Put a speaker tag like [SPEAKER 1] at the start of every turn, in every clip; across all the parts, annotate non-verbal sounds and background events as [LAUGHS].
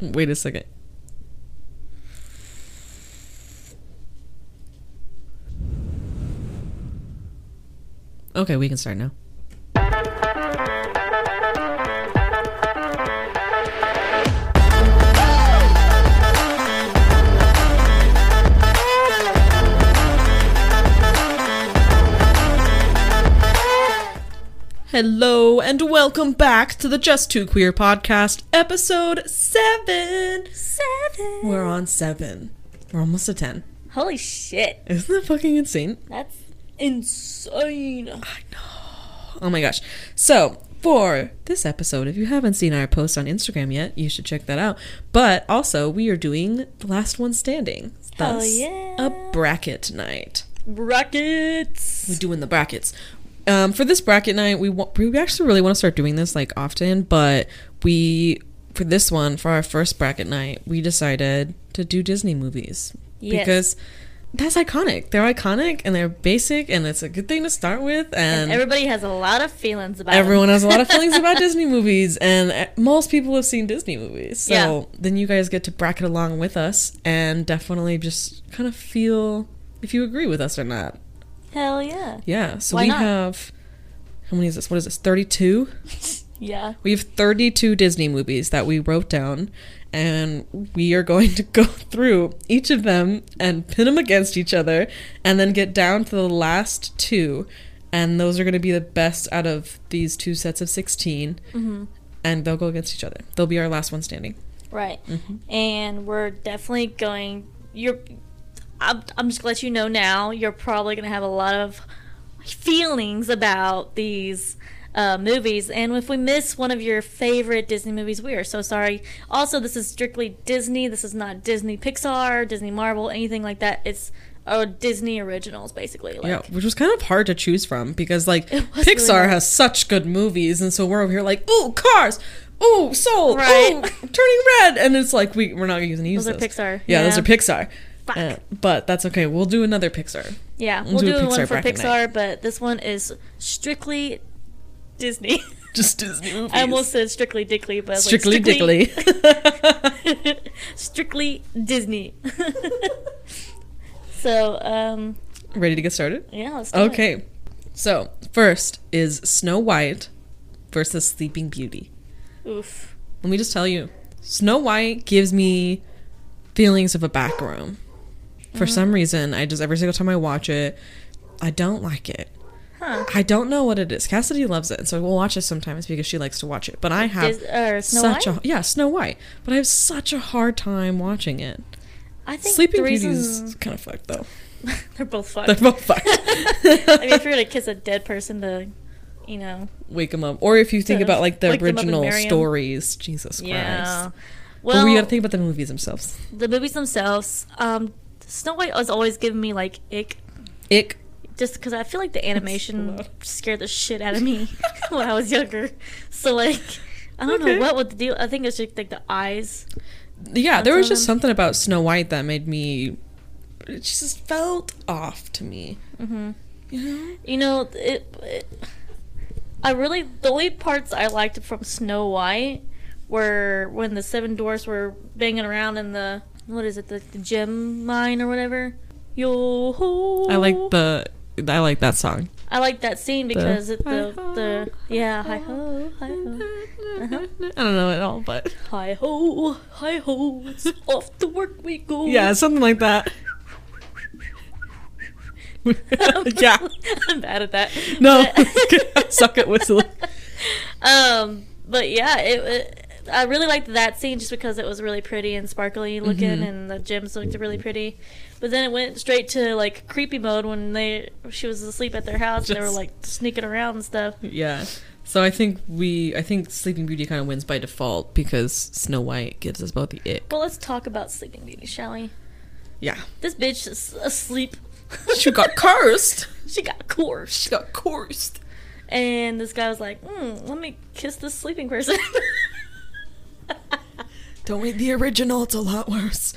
[SPEAKER 1] Wait a second. Okay, we can start now. Hello and welcome back to the Just Two Queer podcast, episode seven.
[SPEAKER 2] Seven.
[SPEAKER 1] We're on seven. We're almost to ten.
[SPEAKER 2] Holy shit.
[SPEAKER 1] Isn't that fucking insane?
[SPEAKER 2] That's insane.
[SPEAKER 1] Oh my gosh. So, for this episode, if you haven't seen our post on Instagram yet, you should check that out. But also, we are doing the last one standing.
[SPEAKER 2] Hell
[SPEAKER 1] Thus,
[SPEAKER 2] yeah.
[SPEAKER 1] a bracket night.
[SPEAKER 2] Brackets.
[SPEAKER 1] We're doing the brackets. Um, for this bracket night, we wa- we actually really want to start doing this like often, but we for this one for our first bracket night, we decided to do Disney movies
[SPEAKER 2] Yes.
[SPEAKER 1] because that's iconic. They're iconic and they're basic, and it's a good thing to start with. And,
[SPEAKER 2] And everybody has a lot of feelings about 'em.
[SPEAKER 1] everyone has a
[SPEAKER 2] [LAUGHS]
[SPEAKER 1] lot of feelings about Disney movies, and uh, most people have seen Disney movies. So
[SPEAKER 2] Yeah.
[SPEAKER 1] then you guys get to bracket along with us and definitely just kind of feel if you agree with us or not.
[SPEAKER 2] Hell yeah.
[SPEAKER 1] Yeah. So
[SPEAKER 2] Why
[SPEAKER 1] we
[SPEAKER 2] not?
[SPEAKER 1] have how many is this? What is this? Thirty-two.
[SPEAKER 2] Yeah.
[SPEAKER 1] We have thirty-two Disney movies that we wrote down, and we are going to [LAUGHS] go through each of them and pin them against each other, and then get down to the last two, and those are going to be the best out of these two sets of 16 and they'll go against each other. They'll be our last one standing.
[SPEAKER 2] Right.
[SPEAKER 1] Mm-hmm.
[SPEAKER 2] And we're definitely going. You're. I'm, I'm just gonna let you know now. You're probably gonna have a lot of feelings about these uh, movies. And if we miss one of your favorite Disney movies, we are so sorry. Also, this is strictly Disney. This is not Disney Pixar, Disney Marvel, anything like that. It's uh, Disney originals, basically. Like,
[SPEAKER 1] Yeah, which was kind of hard to choose from because like
[SPEAKER 2] [LAUGHS] was really
[SPEAKER 1] Pixar
[SPEAKER 2] hard.
[SPEAKER 1] has such good movies, and so we're over here like, ooh, Cars, ooh, Soul,
[SPEAKER 2] Right.
[SPEAKER 1] ooh, [LAUGHS] Turning Red, and it's like we we're not using to use
[SPEAKER 2] Those are Pixar.
[SPEAKER 1] Yeah, those
[SPEAKER 2] Yeah.
[SPEAKER 1] are Pixar.
[SPEAKER 2] Fuck.
[SPEAKER 1] Uh, but that's okay. We'll do another Pixar. [LAUGHS]
[SPEAKER 2] Yeah,
[SPEAKER 1] We'll
[SPEAKER 2] we'll
[SPEAKER 1] do
[SPEAKER 2] do,
[SPEAKER 1] a Pixar
[SPEAKER 2] one for
[SPEAKER 1] bracket
[SPEAKER 2] Pixar,
[SPEAKER 1] night.
[SPEAKER 2] but this one is strictly Disney. [LAUGHS]
[SPEAKER 1] Just Disney movies.
[SPEAKER 2] I almost said strictly Dickly, but I was like,
[SPEAKER 1] strictly Dickly.
[SPEAKER 2] [LAUGHS]
[SPEAKER 1] [LAUGHS]
[SPEAKER 2] strictly Disney. [LAUGHS] so, um,
[SPEAKER 1] Ready to get started?
[SPEAKER 2] yeah, let's do it.
[SPEAKER 1] Okay. So first is Snow White versus Sleeping Beauty.
[SPEAKER 2] Oof.
[SPEAKER 1] Let me just tell you, Snow White gives me feelings of a back room. For
[SPEAKER 2] Mm-hmm.
[SPEAKER 1] some reason, I just every single time I watch it, I don't like it.
[SPEAKER 2] Huh.
[SPEAKER 1] I don't know what it is. Cassidy loves it, and so we'll watch it sometimes because she likes to watch it. But I have
[SPEAKER 2] Dis- or Snow
[SPEAKER 1] such
[SPEAKER 2] White?
[SPEAKER 1] a yeah Snow White, but I have such a hard time watching it.
[SPEAKER 2] I think
[SPEAKER 1] Sleeping
[SPEAKER 2] the
[SPEAKER 1] Beauty
[SPEAKER 2] reason
[SPEAKER 1] is kind of fucked though.
[SPEAKER 2] [LAUGHS]
[SPEAKER 1] [LAUGHS]
[SPEAKER 2] they're both fucked.
[SPEAKER 1] They're both fucked.
[SPEAKER 2] [LAUGHS] I mean, if you're gonna kiss a dead person to, you know,
[SPEAKER 1] [LAUGHS] Wake them up, or if you think
[SPEAKER 2] Sort of
[SPEAKER 1] about like the
[SPEAKER 2] wake 'em up and
[SPEAKER 1] original
[SPEAKER 2] marry 'em.
[SPEAKER 1] stories, Jesus
[SPEAKER 2] yeah.
[SPEAKER 1] Christ.
[SPEAKER 2] Well,
[SPEAKER 1] but we got to think about the movies themselves.
[SPEAKER 2] the movies themselves. Um, Snow White has always given me like ick
[SPEAKER 1] Ick.
[SPEAKER 2] just because I feel like the
[SPEAKER 1] so
[SPEAKER 2] animation
[SPEAKER 1] loud.
[SPEAKER 2] scared the shit out
[SPEAKER 1] [LAUGHS]
[SPEAKER 2] of me when I was younger. So like, I don't
[SPEAKER 1] Okay.
[SPEAKER 2] know what would the deal. I think it's just like the eyes.
[SPEAKER 1] Yeah, there was
[SPEAKER 2] That's
[SPEAKER 1] just
[SPEAKER 2] all.
[SPEAKER 1] something about Snow White that made me. It just felt off to me.
[SPEAKER 2] You know, it, it. I really the only parts I liked from Snow White were when the seven dwarfs were banging around in the what is it the, the gem mine or whatever. Yo ho!
[SPEAKER 1] I like the. I like that song.
[SPEAKER 2] I like that scene because it, the
[SPEAKER 1] Hi-ho,
[SPEAKER 2] the yeah hi ho hi ho.
[SPEAKER 1] [LAUGHS] I don't know at all, but
[SPEAKER 2] Hi ho, hi ho,
[SPEAKER 1] [LAUGHS]
[SPEAKER 2] it's off to work we go. [LAUGHS]
[SPEAKER 1] yeah, something like that. [LAUGHS] yeah,
[SPEAKER 2] I'm bad at that.
[SPEAKER 1] no, [LAUGHS]
[SPEAKER 2] But-
[SPEAKER 1] suck at whistling.
[SPEAKER 2] [LAUGHS] um, but yeah, it, it. I really liked that scene just because it was really pretty and sparkly looking,
[SPEAKER 1] Mm-hmm.
[SPEAKER 2] and the gems looked really pretty. But then it went straight to like creepy mode when they she was asleep at their house and they were
[SPEAKER 1] Just-
[SPEAKER 2] like sneaking around and stuff.
[SPEAKER 1] Yeah, so I think we, I think Sleeping Beauty kind of wins by default because Snow White gives us both the it.
[SPEAKER 2] Well, let's talk about Sleeping Beauty, shall we?
[SPEAKER 1] Yeah,
[SPEAKER 2] This bitch is asleep.
[SPEAKER 1] she
[SPEAKER 2] [LAUGHS]
[SPEAKER 1] got cursed.
[SPEAKER 2] she got coerced.
[SPEAKER 1] She got cursed.
[SPEAKER 2] And this guy was like, mm, let me kiss this sleeping person. [LAUGHS]
[SPEAKER 1] Don't read the original; it's a lot worse.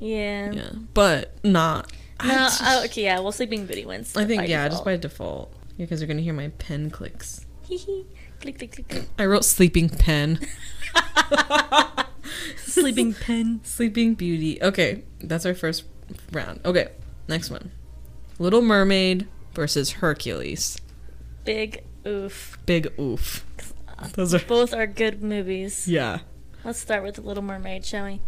[SPEAKER 2] yeah.
[SPEAKER 1] Yeah, but not. I
[SPEAKER 2] No,
[SPEAKER 1] just-
[SPEAKER 2] oh, okay, yeah. Well, Sleeping Beauty wins.
[SPEAKER 1] I think yeah, just by default. You guys are gonna hear my pen clicks.
[SPEAKER 2] just by. click, click, click, click.
[SPEAKER 1] I wrote [LAUGHS] sleeping pen.
[SPEAKER 2] [LAUGHS] Sleeping Pen.
[SPEAKER 1] Sleeping Beauty. Okay, that's our first round. Okay, next one. Little Mermaid versus Hercules.
[SPEAKER 2] Big oof.
[SPEAKER 1] Big oof. Those are
[SPEAKER 2] Both are good movies.
[SPEAKER 1] yeah.
[SPEAKER 2] Let's start with The Little Mermaid, shall we?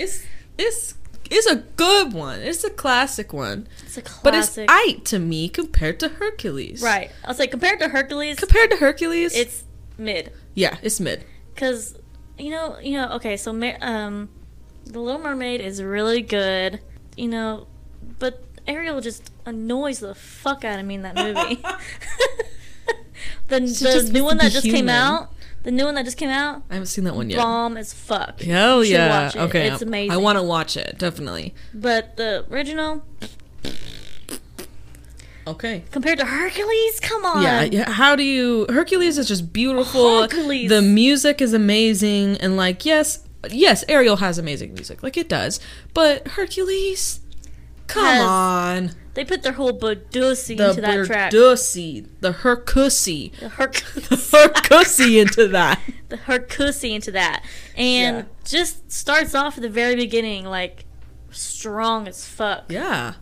[SPEAKER 1] It's it's it's a good one. It's a classic one,
[SPEAKER 2] It's a classic.
[SPEAKER 1] but it's Ike to me compared to Hercules.
[SPEAKER 2] right. I'll say compared to Hercules,
[SPEAKER 1] Compared to Hercules,
[SPEAKER 2] it's mid.
[SPEAKER 1] yeah, it's mid.
[SPEAKER 2] because you know you know okay so Ma- um the little mermaid is really good you know but ariel just annoys the fuck out of me in
[SPEAKER 1] [LAUGHS]
[SPEAKER 2] that movie [LAUGHS] the,
[SPEAKER 1] She just
[SPEAKER 2] the new one
[SPEAKER 1] wants
[SPEAKER 2] that
[SPEAKER 1] to
[SPEAKER 2] just
[SPEAKER 1] be
[SPEAKER 2] came
[SPEAKER 1] human.
[SPEAKER 2] out the new one that just came out
[SPEAKER 1] I haven't seen that one yet.
[SPEAKER 2] bomb as fuck
[SPEAKER 1] Hell
[SPEAKER 2] You should
[SPEAKER 1] yeah!
[SPEAKER 2] watch it.
[SPEAKER 1] Okay,
[SPEAKER 2] it's amazing
[SPEAKER 1] I want to watch it definitely.
[SPEAKER 2] but the original
[SPEAKER 1] Okay.
[SPEAKER 2] compared to hercules come on
[SPEAKER 1] Yeah, yeah. How do you? Hercules is just beautiful.
[SPEAKER 2] Um, Hercules.
[SPEAKER 1] The music is amazing, and like, yes, yes, Ariel has amazing music, like it does. But Hercules, come
[SPEAKER 2] Has
[SPEAKER 1] on,
[SPEAKER 2] they put their whole badussy
[SPEAKER 1] the
[SPEAKER 2] into that track
[SPEAKER 1] Berdussy, the [LAUGHS] Hercussy,
[SPEAKER 2] the Herc-
[SPEAKER 1] the Hercussy into that.
[SPEAKER 2] the- her pussy into that and
[SPEAKER 1] Yeah.
[SPEAKER 2] just starts off at the very beginning like strong as fuck
[SPEAKER 1] [LAUGHS] Yeah.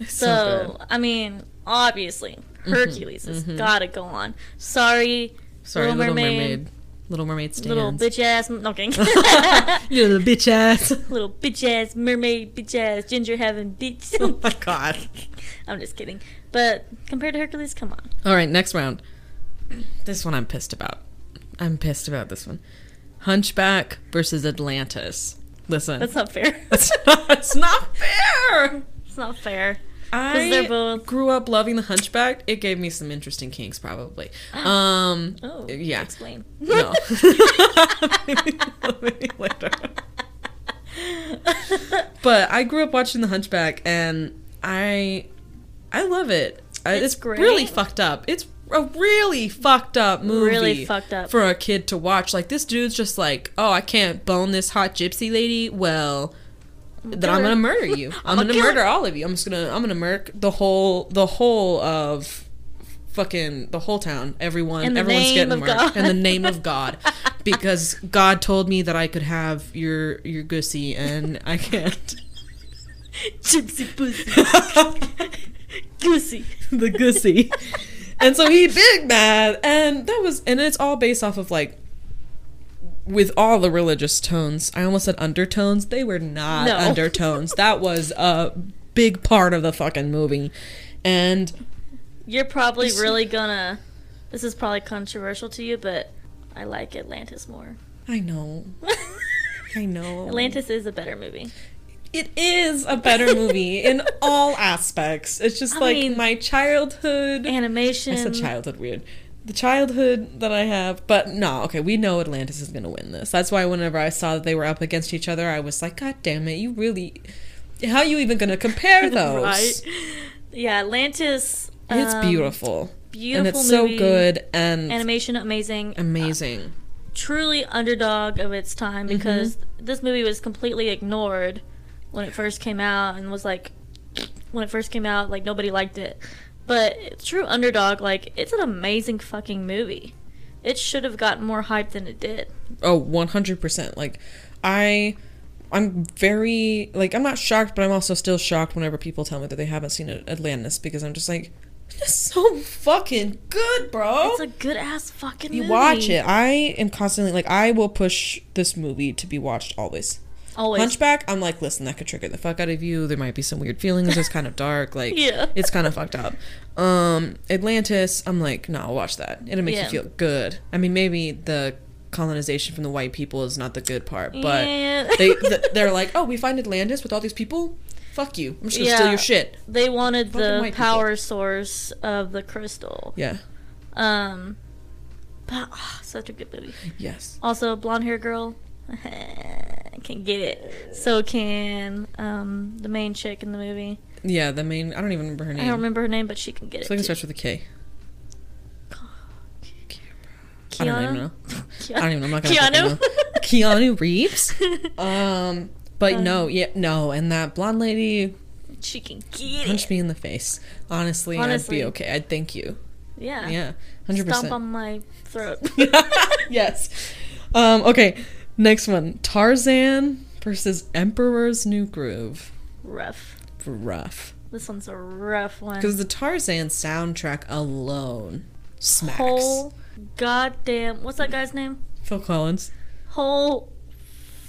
[SPEAKER 1] It's
[SPEAKER 2] so
[SPEAKER 1] so,
[SPEAKER 2] i mean obviously
[SPEAKER 1] Mm-hmm.
[SPEAKER 2] hercules has gotta go on sorry
[SPEAKER 1] good. Sorry, Little,
[SPEAKER 2] Little
[SPEAKER 1] Mermaid.
[SPEAKER 2] Mermaid.
[SPEAKER 1] Little Mermaid stands.
[SPEAKER 2] little bitch ass no
[SPEAKER 1] [LAUGHS]
[SPEAKER 2] I'm kidding. [LAUGHS]
[SPEAKER 1] You little bitch ass.
[SPEAKER 2] little bitch ass mermaid bitch ass ginger heaven bitch
[SPEAKER 1] [LAUGHS]
[SPEAKER 2] [LAUGHS]
[SPEAKER 1] oh [LAUGHS] my god.
[SPEAKER 2] i'm just kidding but compared to hercules come on
[SPEAKER 1] All right, next round. This one I'm pissed about. I'm pissed about this one. Hunchback versus Atlantis. Listen,
[SPEAKER 2] that's not fair [LAUGHS]
[SPEAKER 1] [LAUGHS] it's not, it's not fair.
[SPEAKER 2] it's not fair
[SPEAKER 1] I
[SPEAKER 2] they're both-
[SPEAKER 1] grew up loving the Hunchback. It gave me some interesting kinks,
[SPEAKER 2] [GASPS]
[SPEAKER 1] probably. Um,
[SPEAKER 2] oh
[SPEAKER 1] yeah,
[SPEAKER 2] explain
[SPEAKER 1] no.
[SPEAKER 2] [LAUGHS]
[SPEAKER 1] [LAUGHS] Maybe later. But I grew up watching The Hunchback, and I, I love it. I- It's,
[SPEAKER 2] It's great.
[SPEAKER 1] really fucked up. It's a really fucked up movie.
[SPEAKER 2] Really fucked up.
[SPEAKER 1] for a kid to watch. Like this dude's just like, oh, I can't bone this hot gypsy lady. Well, then I'm
[SPEAKER 2] her.
[SPEAKER 1] gonna murder you.
[SPEAKER 2] [LAUGHS]
[SPEAKER 1] I'm,
[SPEAKER 2] I'ma
[SPEAKER 1] gonna
[SPEAKER 2] kill
[SPEAKER 1] murder
[SPEAKER 2] her.
[SPEAKER 1] all of you. I'm just gonna I'm gonna murk the whole the whole of fucking the whole town. Everyone,
[SPEAKER 2] In the
[SPEAKER 1] everyone's
[SPEAKER 2] name
[SPEAKER 1] getting
[SPEAKER 2] of
[SPEAKER 1] murked
[SPEAKER 2] God.
[SPEAKER 1] in the name
[SPEAKER 2] [LAUGHS]
[SPEAKER 1] of God, because God told me that I could have your your gussy and I can't. [LAUGHS]
[SPEAKER 2] [LAUGHS] gypsy pussy
[SPEAKER 1] [LAUGHS] the
[SPEAKER 2] goosey
[SPEAKER 1] gussy. And so he big mad, and that was, and it's all based off of like, with all the religious tones. I almost said undertones. They were not
[SPEAKER 2] No. [LAUGHS]
[SPEAKER 1] undertones. That was a big part of the fucking movie, and
[SPEAKER 2] [LAUGHS]
[SPEAKER 1] [LAUGHS]
[SPEAKER 2] You're probably
[SPEAKER 1] This-
[SPEAKER 2] really gonna. This is probably controversial to you, but I like Atlantis more.
[SPEAKER 1] I know, I know,
[SPEAKER 2] [LAUGHS] Atlantis is a better movie.
[SPEAKER 1] It is a better movie
[SPEAKER 2] [LAUGHS]
[SPEAKER 1] in all aspects. It's just
[SPEAKER 2] I
[SPEAKER 1] like
[SPEAKER 2] mean-
[SPEAKER 1] my childhood.
[SPEAKER 2] Animation.
[SPEAKER 1] I said
[SPEAKER 2] [LAUGHS]
[SPEAKER 1] childhood weird. The childhood that I have, but no, okay, we know Atlantis is going to win this. That's why whenever I saw that they were up against each other, I was like, God damn it, you really. How are you even going to compare those?
[SPEAKER 2] [LAUGHS] Right. Yeah, Atlantis.
[SPEAKER 1] It's
[SPEAKER 2] um,
[SPEAKER 1] beautiful.
[SPEAKER 2] Beautiful
[SPEAKER 1] and it's so
[SPEAKER 2] movie.
[SPEAKER 1] good and
[SPEAKER 2] Animation amazing.
[SPEAKER 1] amazing.
[SPEAKER 2] Truly underdog of its time
[SPEAKER 1] Mm-hmm.
[SPEAKER 2] because this movie was completely ignored when it first came out and was like when it first came out like nobody liked it. But it's true underdog like it's an amazing fucking movie. It should have gotten more hype than it did.
[SPEAKER 1] Oh, 100%. Like I I'm very like I'm not shocked, but I'm also still shocked whenever people tell me that they haven't seen At- Atlantis because I'm just like it's [LAUGHS] so fucking good, bro.
[SPEAKER 2] It's a good ass fucking
[SPEAKER 1] you
[SPEAKER 2] movie.
[SPEAKER 1] watch it. I am constantly like I will push this movie to be watched always.
[SPEAKER 2] Always.
[SPEAKER 1] Hunchback, I'm like, listen, that could trigger the fuck out of you. There might be some weird feelings. It's kind of
[SPEAKER 2] [LAUGHS]
[SPEAKER 1] dark. Like,
[SPEAKER 2] Yeah.
[SPEAKER 1] it's kind of fucked up. Um, Atlantis, I'm like, no, I'll watch that. It'll make you
[SPEAKER 2] Yeah.
[SPEAKER 1] feel good. I mean, maybe the colonization from the white people is not the good part, but
[SPEAKER 2] Yeah.
[SPEAKER 1] they
[SPEAKER 2] [LAUGHS]
[SPEAKER 1] th- they're like, oh, we find Atlantis with all these people. Fuck you. I'm just gonna steal
[SPEAKER 2] Yeah.
[SPEAKER 1] your shit.
[SPEAKER 2] They wanted
[SPEAKER 1] Fucking
[SPEAKER 2] the
[SPEAKER 1] white people.
[SPEAKER 2] power source of the crystal.
[SPEAKER 1] Yeah.
[SPEAKER 2] Um, but ah, such a good movie.
[SPEAKER 1] Yes.
[SPEAKER 2] Also, blonde hair girl [LAUGHS] can get it. So can um the main chick in the movie.
[SPEAKER 1] Yeah. The main. I don't even remember her name.
[SPEAKER 2] I don't remember her name, but she can get
[SPEAKER 1] It's
[SPEAKER 2] it.
[SPEAKER 1] like it
[SPEAKER 2] too.
[SPEAKER 1] starts with a K. I don't
[SPEAKER 2] Keanu.
[SPEAKER 1] even know. I don't even know. I'm not gonna
[SPEAKER 2] Keanu.
[SPEAKER 1] fucking
[SPEAKER 2] [LAUGHS]
[SPEAKER 1] know. Keanu Reeves. Um, but no, yeah, no, and that blonde lady
[SPEAKER 2] she can get
[SPEAKER 1] punched
[SPEAKER 2] it.
[SPEAKER 1] me in the face. Honestly, I'd
[SPEAKER 2] Honestly.
[SPEAKER 1] be okay. I'd thank you. [LAUGHS]
[SPEAKER 2] Yeah.
[SPEAKER 1] Yeah, hundred
[SPEAKER 2] Stomp
[SPEAKER 1] percent.
[SPEAKER 2] on my throat.
[SPEAKER 1] yes. Um, okay, Next one Tarzan versus Emperor's New Groove.
[SPEAKER 2] Rough.
[SPEAKER 1] Rough.
[SPEAKER 2] This one's a rough one.
[SPEAKER 1] Because the Tarzan soundtrack alone smacks.
[SPEAKER 2] Whole goddamn. What's that guy's name?
[SPEAKER 1] Phil Collins.
[SPEAKER 2] Whole.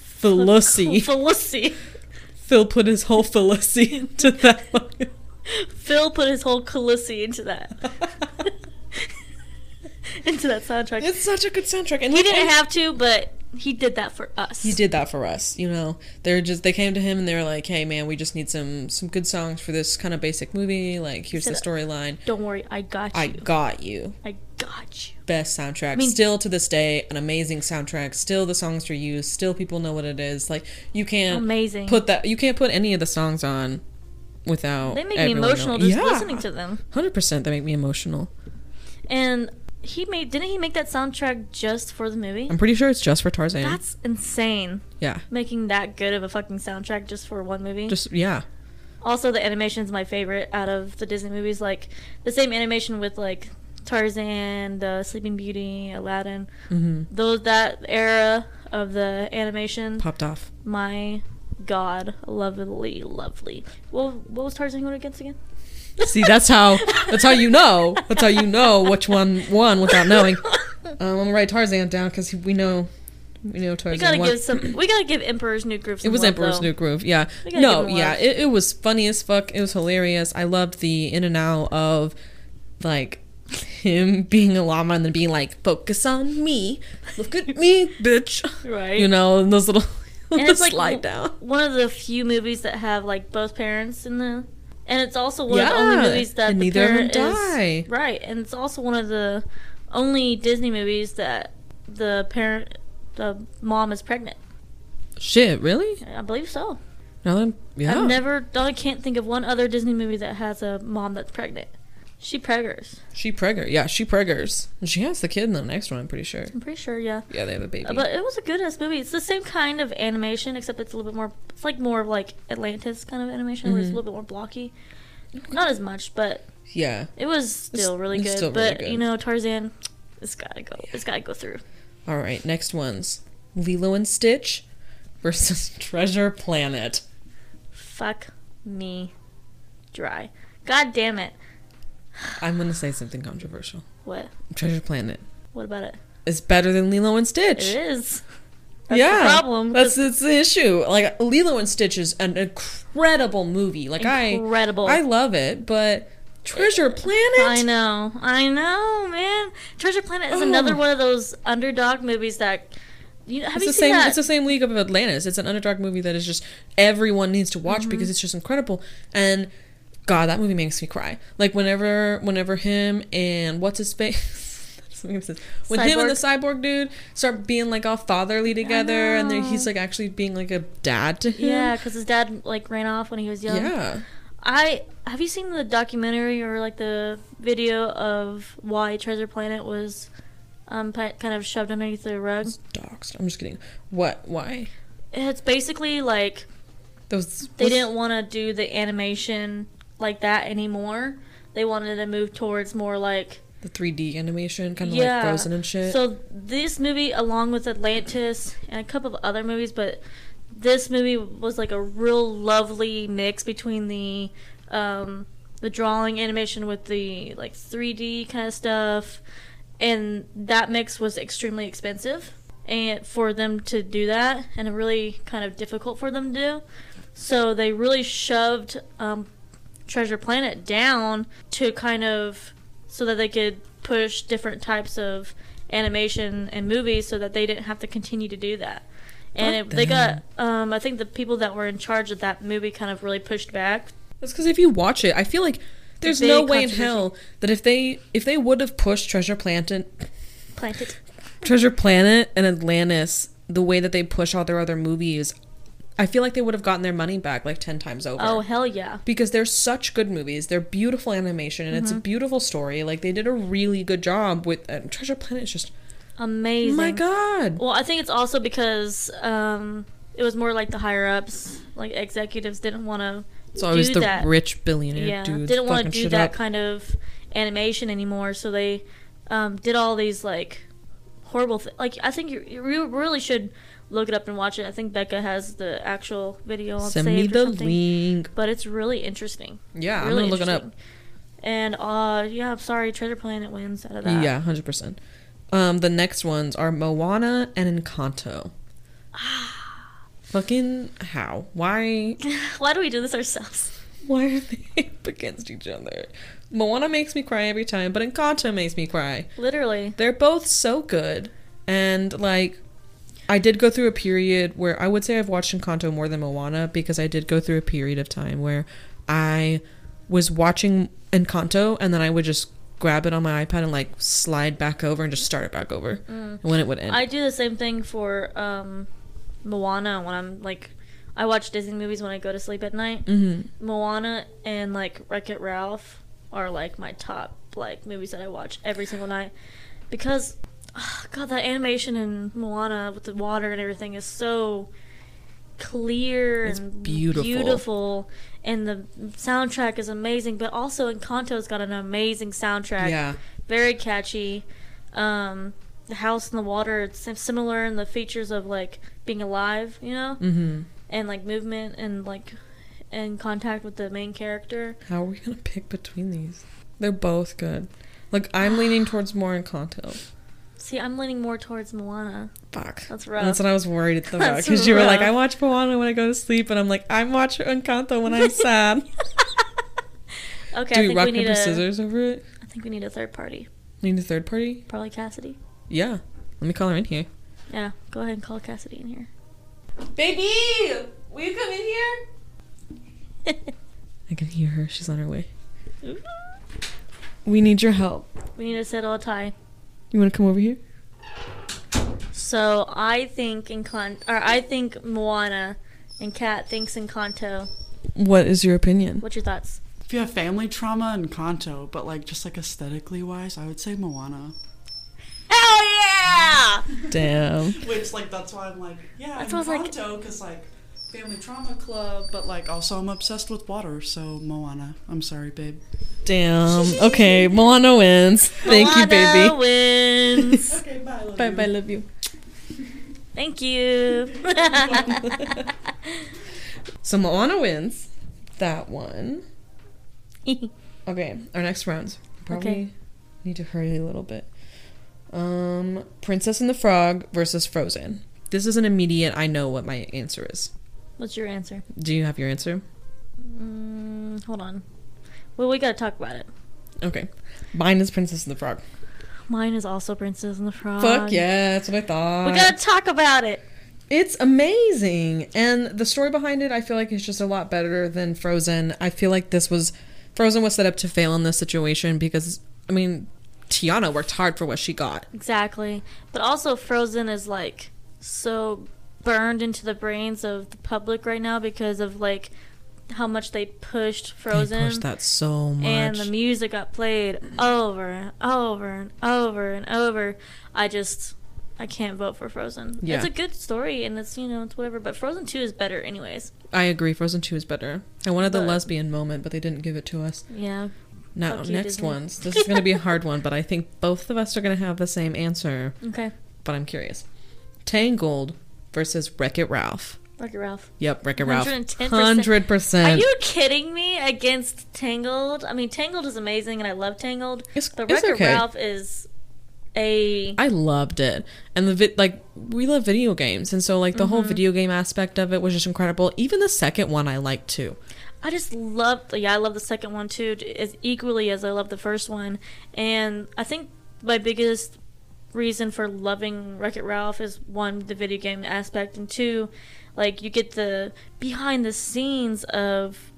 [SPEAKER 1] Felicity.
[SPEAKER 2] [LAUGHS] Felicity.
[SPEAKER 1] Phil put his whole Felicity [LAUGHS] into that
[SPEAKER 2] [LAUGHS]
[SPEAKER 1] one.
[SPEAKER 2] Phil put his whole Felicity into that. [LAUGHS] into that soundtrack.
[SPEAKER 1] It's such a good soundtrack. And
[SPEAKER 2] he
[SPEAKER 1] like,
[SPEAKER 2] didn't
[SPEAKER 1] and-
[SPEAKER 2] have to, but he did that for us.
[SPEAKER 1] he did that for us you know they're just they came to him and they were like hey man we just need some some good songs for this kind of basic movie like here's the
[SPEAKER 2] Said,
[SPEAKER 1] storyline
[SPEAKER 2] Don't worry, I got you.
[SPEAKER 1] i
[SPEAKER 2] I,
[SPEAKER 1] got you
[SPEAKER 2] got you.
[SPEAKER 1] best soundtrack
[SPEAKER 2] mean-
[SPEAKER 1] still to this day an amazing soundtrack still the songs are used still people know what it is like you can't
[SPEAKER 2] Amazing.
[SPEAKER 1] put that you can't put any of the songs on without
[SPEAKER 2] they make me
[SPEAKER 1] everyone
[SPEAKER 2] emotional
[SPEAKER 1] knowing-
[SPEAKER 2] just
[SPEAKER 1] Yeah.
[SPEAKER 2] listening to them.
[SPEAKER 1] 100% they make me emotional
[SPEAKER 2] And he made didn't he make that soundtrack just for the movie?
[SPEAKER 1] i'm pretty sure it's just for tarzan
[SPEAKER 2] That's insane.
[SPEAKER 1] yeah
[SPEAKER 2] Making that good of a fucking soundtrack just for one movie.
[SPEAKER 1] just yeah
[SPEAKER 2] also, the animation is my favorite out of the Disney movies. Like the same animation with like Tarzan, the Sleeping Beauty, Aladdin.
[SPEAKER 1] hmm
[SPEAKER 2] Those that era of the animation.
[SPEAKER 1] popped off
[SPEAKER 2] My God, lovely, lovely. What, what was Tarzan going against again?
[SPEAKER 1] [LAUGHS] See, that's how- that's how you know. That's how you know which one won without
[SPEAKER 2] [LAUGHS]
[SPEAKER 1] knowing. um, i'm gonna write tarzan down because we know we know tarzan
[SPEAKER 2] We gotta
[SPEAKER 1] won.
[SPEAKER 2] give some. We gotta give Emperor's New Groove. Some
[SPEAKER 1] It was
[SPEAKER 2] love,
[SPEAKER 1] Emperor's
[SPEAKER 2] though.
[SPEAKER 1] New Groove, yeah.
[SPEAKER 2] We gotta
[SPEAKER 1] No,
[SPEAKER 2] give him
[SPEAKER 1] yeah,
[SPEAKER 2] love.
[SPEAKER 1] it, it was funny as fuck. It was hilarious. I loved the in and out of like him [LAUGHS] being a llama and then being like, "Focus on me, look at me, bitch,"
[SPEAKER 2] Right.
[SPEAKER 1] you know, and those little [LAUGHS]
[SPEAKER 2] And it's like
[SPEAKER 1] slide
[SPEAKER 2] w-
[SPEAKER 1] down.
[SPEAKER 2] One of the few movies that have like both parents in the. And it's also one of the
[SPEAKER 1] Yeah,
[SPEAKER 2] only movies that
[SPEAKER 1] and
[SPEAKER 2] the
[SPEAKER 1] neither of them
[SPEAKER 2] parent is-
[SPEAKER 1] die.
[SPEAKER 2] right, and it's also one of the only Disney movies that the parent, the mom is pregnant.
[SPEAKER 1] Shit, really?
[SPEAKER 2] I believe so.
[SPEAKER 1] No, then- yeah.
[SPEAKER 2] I've never. I can't think of one other Disney movie that has a mom that's pregnant. She preggers.
[SPEAKER 1] She preggers. Yeah, she preggers. And she has the kid in the next one. I'm pretty sure.
[SPEAKER 2] I'm pretty sure. Yeah.
[SPEAKER 1] Yeah, they have a baby.
[SPEAKER 2] Uh, But it was a good ass movie. It's the same kind of animation, except it's a little bit more. It's like more of like Atlantis kind of animation, where it's a
[SPEAKER 1] Mm-hmm.
[SPEAKER 2] little bit more blocky. Not as much, but
[SPEAKER 1] yeah.
[SPEAKER 2] it was still really
[SPEAKER 1] it's
[SPEAKER 2] good.
[SPEAKER 1] still really
[SPEAKER 2] but
[SPEAKER 1] good.
[SPEAKER 2] you know, Tarzan, it's gotta go. It's gotta go through.
[SPEAKER 1] All right, next one's Lilo and Stitch versus [LAUGHS] Treasure Planet.
[SPEAKER 2] Fuck me, dry. God damn it.
[SPEAKER 1] I'm gonna say something controversial.
[SPEAKER 2] What?
[SPEAKER 1] Treasure Planet
[SPEAKER 2] What about it?
[SPEAKER 1] is better than Lilo and Stitch.
[SPEAKER 2] It is. That's
[SPEAKER 1] yeah,
[SPEAKER 2] The problem.
[SPEAKER 1] That's that's the issue. Like Lilo and Stitch is an incredible movie. Like
[SPEAKER 2] Incredible.
[SPEAKER 1] I, I love it, but Treasure Planet.
[SPEAKER 2] I know, I know, man. Treasure Planet is
[SPEAKER 1] Oh.
[SPEAKER 2] another one of those underdog movies that you know. Have
[SPEAKER 1] It's
[SPEAKER 2] you
[SPEAKER 1] the
[SPEAKER 2] seen
[SPEAKER 1] same.
[SPEAKER 2] that?
[SPEAKER 1] It's the same League of Atlantis. It's an underdog movie that is just everyone needs to watch
[SPEAKER 2] Mm-hmm.
[SPEAKER 1] because it's just incredible. And God, that movie makes me cry. Like whenever, whenever him and what's his face. [LAUGHS] That's what it says. When him and the cyborg dude start being like all fatherly together, and then he's like actually being like a dad to him.
[SPEAKER 2] Yeah, because his dad like ran off when he was young.
[SPEAKER 1] Mm. yeah.
[SPEAKER 2] I have you seen the documentary or like the video of why Treasure Planet was um pi- kind of shoved underneath the rug?
[SPEAKER 1] Doxed. I'm just kidding. What? Why?
[SPEAKER 2] It's basically like
[SPEAKER 1] Those
[SPEAKER 2] they
[SPEAKER 1] was-
[SPEAKER 2] didn't want to do the animation like that anymore. They wanted to move towards more like
[SPEAKER 1] the 3D animation, kind of
[SPEAKER 2] yeah.
[SPEAKER 1] like Frozen and shit.
[SPEAKER 2] So this movie, along with Atlantis and a couple of other movies, but this movie was like a real lovely mix between the um, the drawing animation with the like 3D kind of stuff, and that mix was extremely expensive and for them to do that and really kind of difficult for them to do. So they really shoved um, Treasure Planet down to kind of so that they could push different types of animation and movies so that they didn't have to continue to do that. And it,
[SPEAKER 1] God
[SPEAKER 2] they got, um, I think the people that were in charge of that movie kind of really pushed back.
[SPEAKER 1] That's because if you watch it, I feel like there's
[SPEAKER 2] big
[SPEAKER 1] no way in
[SPEAKER 2] controversy.
[SPEAKER 1] hell that if they if they would have pushed Treasure Planet,
[SPEAKER 2] Planted.
[SPEAKER 1] Treasure Planet and Atlantis the way that they push all their other movies, I feel like they would have gotten their money back like ten times over.
[SPEAKER 2] Oh, hell yeah.
[SPEAKER 1] Because they're such good movies, they're beautiful animation, and it's
[SPEAKER 2] Mm-hmm.
[SPEAKER 1] a beautiful story. Like they did a really good job with uh, Treasure Planet. Is just
[SPEAKER 2] Amazing.
[SPEAKER 1] my god.
[SPEAKER 2] Well, I think it's also because um, it was more like the higher ups, like executives didn't want to.
[SPEAKER 1] It's always
[SPEAKER 2] do
[SPEAKER 1] the
[SPEAKER 2] that.
[SPEAKER 1] rich billionaire
[SPEAKER 2] yeah,
[SPEAKER 1] dudes
[SPEAKER 2] didn't want
[SPEAKER 1] fucking
[SPEAKER 2] to do
[SPEAKER 1] shit
[SPEAKER 2] that
[SPEAKER 1] up.
[SPEAKER 2] kind of animation anymore. So they um, did all these like horrible. Th- like I think you, you re- really should look it up and watch it. I think Becca has the actual video on
[SPEAKER 1] Send me
[SPEAKER 2] saved or
[SPEAKER 1] the
[SPEAKER 2] something.
[SPEAKER 1] link.
[SPEAKER 2] But it's really interesting.
[SPEAKER 1] Yeah, I'm
[SPEAKER 2] really
[SPEAKER 1] gonna look it up.
[SPEAKER 2] interesting. And uh, yeah, I'm sorry, Treasure Planet wins out of that.
[SPEAKER 1] Yeah, hundred percent. Um, the next ones are Moana and Encanto. Fucking how? Why?
[SPEAKER 2] Why do we do this ourselves? [LAUGHS]
[SPEAKER 1] Why are they [LAUGHS] up against each other? Moana makes me cry every time, but Encanto makes me cry.
[SPEAKER 2] Literally.
[SPEAKER 1] They're both so good, and like, I did go through a period where I would say I've watched Encanto more than Moana because I did go through a period of time where I was watching Encanto and then I would just grab it on my iPad and like slide back over and just start it back over when it would end.
[SPEAKER 2] I do the same thing for um, Moana when I'm like, I watch Disney movies when I go to sleep at night.
[SPEAKER 1] Mhm.
[SPEAKER 2] Moana and like Wreck It Ralph are like my top like movies that I watch every single night because ah, God that animation in Moana with the water and everything is so clear
[SPEAKER 1] It's
[SPEAKER 2] and
[SPEAKER 1] beautiful.
[SPEAKER 2] beautiful and the soundtrack is amazing but also Encanto's got an amazing soundtrack
[SPEAKER 1] Yeah.
[SPEAKER 2] very catchy um the house in the water it's sim- similar in the features of like being alive you know
[SPEAKER 1] Mm-hmm.
[SPEAKER 2] and like movement and like and contact with the main character.
[SPEAKER 1] How are we gonna pick between these? They're both good. Like I'm leaning towards more Encanto.
[SPEAKER 2] See, I'm leaning more towards Moana.
[SPEAKER 1] Fuck.
[SPEAKER 2] That's rough.
[SPEAKER 1] That's what I was worried at the
[SPEAKER 2] That's
[SPEAKER 1] because you were like,
[SPEAKER 2] rough.
[SPEAKER 1] I watch Moana when I go to sleep, and I'm like, I watch Encanto when [LAUGHS] I'm sad.
[SPEAKER 2] [LAUGHS] Okay, I
[SPEAKER 1] Do we
[SPEAKER 2] think
[SPEAKER 1] rock
[SPEAKER 2] we need
[SPEAKER 1] paper
[SPEAKER 2] a.
[SPEAKER 1] scissors over it?
[SPEAKER 2] I think we need a third party.
[SPEAKER 1] Need a third party?
[SPEAKER 2] Probably Cassidy.
[SPEAKER 1] Yeah. Let me call her in here.
[SPEAKER 2] Yeah, go ahead and call Cassidy in here.
[SPEAKER 1] Baby, will you come in here?
[SPEAKER 2] [LAUGHS]
[SPEAKER 1] I can hear her. She's on her way. We need your help.
[SPEAKER 2] we need to settle a tie.
[SPEAKER 1] You want to come over here?
[SPEAKER 2] So I think in con or I think Moana, and Kat thinks in Kanto.
[SPEAKER 1] What is your opinion?
[SPEAKER 2] What's your thoughts?
[SPEAKER 3] If you have family trauma and Kanto, but like just like aesthetically wise, I would say Moana.
[SPEAKER 2] Hell yeah!
[SPEAKER 1] Damn.
[SPEAKER 3] Which like that's why I'm like yeah,
[SPEAKER 2] That's
[SPEAKER 3] I'm
[SPEAKER 2] what I was like-
[SPEAKER 3] Kanto because like family trauma club, but like also I'm obsessed with water, so Moana. I'm sorry, babe.
[SPEAKER 1] Damn. [LAUGHS] Okay, Moana wins. Thank you, baby.
[SPEAKER 2] Moana
[SPEAKER 1] [LAUGHS]
[SPEAKER 2] wins.
[SPEAKER 3] Okay, bye. Love
[SPEAKER 1] Bye
[SPEAKER 3] you.
[SPEAKER 1] bye, love you.
[SPEAKER 2] Thank you. [LAUGHS]
[SPEAKER 1] So Moana wins that one. Okay, our next rounds. Probably
[SPEAKER 2] Okay.
[SPEAKER 1] need to hurry a little bit. Um, Princess and the Frog versus Frozen. This is an immediate. I know what my answer is.
[SPEAKER 2] What's your answer?
[SPEAKER 1] Do you have your answer?
[SPEAKER 2] Mm, hold on. Well, we gotta talk about it.
[SPEAKER 1] Okay, mine is Princess and the Frog.
[SPEAKER 2] Mine is also Princess and the Frog.
[SPEAKER 1] Fuck yeah, that's what I thought.
[SPEAKER 2] Um, We gotta talk about it.
[SPEAKER 1] It's amazing. And the story behind it, I feel like, is just a lot better than Frozen. I feel like this was Frozen was set up to fail in this situation because, I mean, Tiana worked hard for what she got.
[SPEAKER 2] Exactly. But also, Frozen is like so burned into the brains of the public right now because of like how much they pushed Frozen.
[SPEAKER 1] They pushed that so much.
[SPEAKER 2] and the music got played over and over and over and over. I just I can't vote for Frozen.
[SPEAKER 1] Yeah.
[SPEAKER 2] It's a good story and it's you know, it's whatever, but Frozen two is better anyways.
[SPEAKER 1] I agree. Frozen Two is better. I wanted the
[SPEAKER 2] But-
[SPEAKER 1] lesbian moment, but they didn't give it to us.
[SPEAKER 2] Yeah.
[SPEAKER 1] No,
[SPEAKER 2] Fuck you,
[SPEAKER 1] next
[SPEAKER 2] Disney.
[SPEAKER 1] ones. This is going to be a hard one, but I think both of us are going to have the same answer.
[SPEAKER 2] Okay.
[SPEAKER 1] But I'm curious. Tangled versus Wreck It Ralph.
[SPEAKER 2] Wreck It Ralph.
[SPEAKER 1] Yep, Wreck It Ralph.
[SPEAKER 2] 110%.
[SPEAKER 1] Hundred
[SPEAKER 2] Are
[SPEAKER 1] percent.
[SPEAKER 2] you kidding me? Against Tangled? I mean Tangled is amazing and I love Tangled.
[SPEAKER 1] It's-
[SPEAKER 2] but
[SPEAKER 1] it's
[SPEAKER 2] Wreck It
[SPEAKER 1] okay.
[SPEAKER 2] Ralph is a
[SPEAKER 1] I loved it. And the vid like we love video games, and so
[SPEAKER 2] Mm-hmm.
[SPEAKER 1] like the whole video game aspect of it was just incredible. Even the second one I liked too.
[SPEAKER 2] I just love, yeah, I love the second one too, d- as equally as I love the first one. And I think my biggest reason for loving Wreck It Ralph is one, the video game aspect, and two, like you get the behind the scenes of,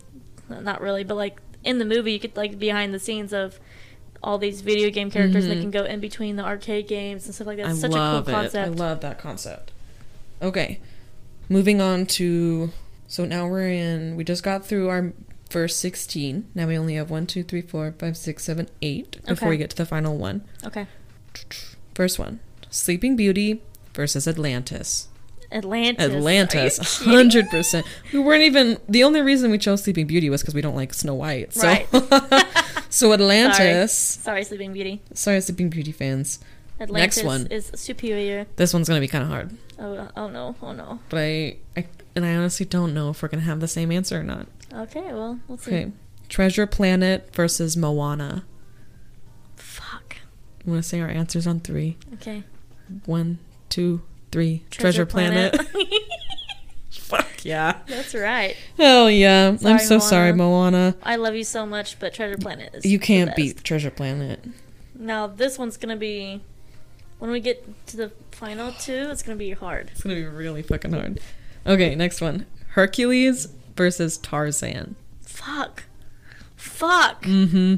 [SPEAKER 2] [LAUGHS] not really, but like in the movie, you get like behind the scenes of all these video game characters that can go in between the arcade games and stuff like that. It's
[SPEAKER 1] Mm-hmm. I
[SPEAKER 2] such
[SPEAKER 1] love
[SPEAKER 2] a cool
[SPEAKER 1] it.
[SPEAKER 2] concept.
[SPEAKER 1] I love that concept. Okay, moving on to so now we're in. We just got through our first sixteen. Now we only have one, two, three, four, five, six, seven, eight before
[SPEAKER 2] Okay.
[SPEAKER 1] we get to the final one.
[SPEAKER 2] okay.
[SPEAKER 1] First one: Sleeping Beauty versus Atlantis.
[SPEAKER 2] Atlantis.
[SPEAKER 1] Atlantis,
[SPEAKER 2] Are you
[SPEAKER 1] [LAUGHS]
[SPEAKER 2] kidding?
[SPEAKER 1] hundred percent. We weren't even the only reason we chose Sleeping Beauty was because we don't like Snow White. [LAUGHS] So,
[SPEAKER 2] Right. [LAUGHS]
[SPEAKER 1] so Atlantis.
[SPEAKER 2] Sorry, Sleeping Beauty.
[SPEAKER 1] Sorry, Sleeping Beauty fans.
[SPEAKER 2] Atlantis
[SPEAKER 1] one.
[SPEAKER 2] is superior.
[SPEAKER 1] This one's gonna be kind of hard.
[SPEAKER 2] Oh, oh no, oh no.
[SPEAKER 1] But I, I and I honestly don't know if we're gonna have the same answer or not.
[SPEAKER 2] Okay, well, let's
[SPEAKER 1] Okay, Treasure Planet versus Moana.
[SPEAKER 2] see. Fuck.
[SPEAKER 1] I'm gonna say our answers on three.
[SPEAKER 2] Okay.
[SPEAKER 1] One, two, three. Treasure, Planet. [LAUGHS] Fuck yeah.
[SPEAKER 2] [LAUGHS] That's right.
[SPEAKER 1] Hell yeah. I'm
[SPEAKER 2] Sorry,
[SPEAKER 1] so sorry, Moana.
[SPEAKER 2] I love you so much, but Treasure Planet is
[SPEAKER 1] You
[SPEAKER 2] the
[SPEAKER 1] can't
[SPEAKER 2] best.
[SPEAKER 1] beat Treasure Planet.
[SPEAKER 2] Now this one's gonna be when we get to the final two. It's gonna be hard.
[SPEAKER 1] It's gonna be really fucking hard. Okay, next one. Hercules versus Tarzan.
[SPEAKER 2] Fuck. Fuck.
[SPEAKER 1] Mm-hmm.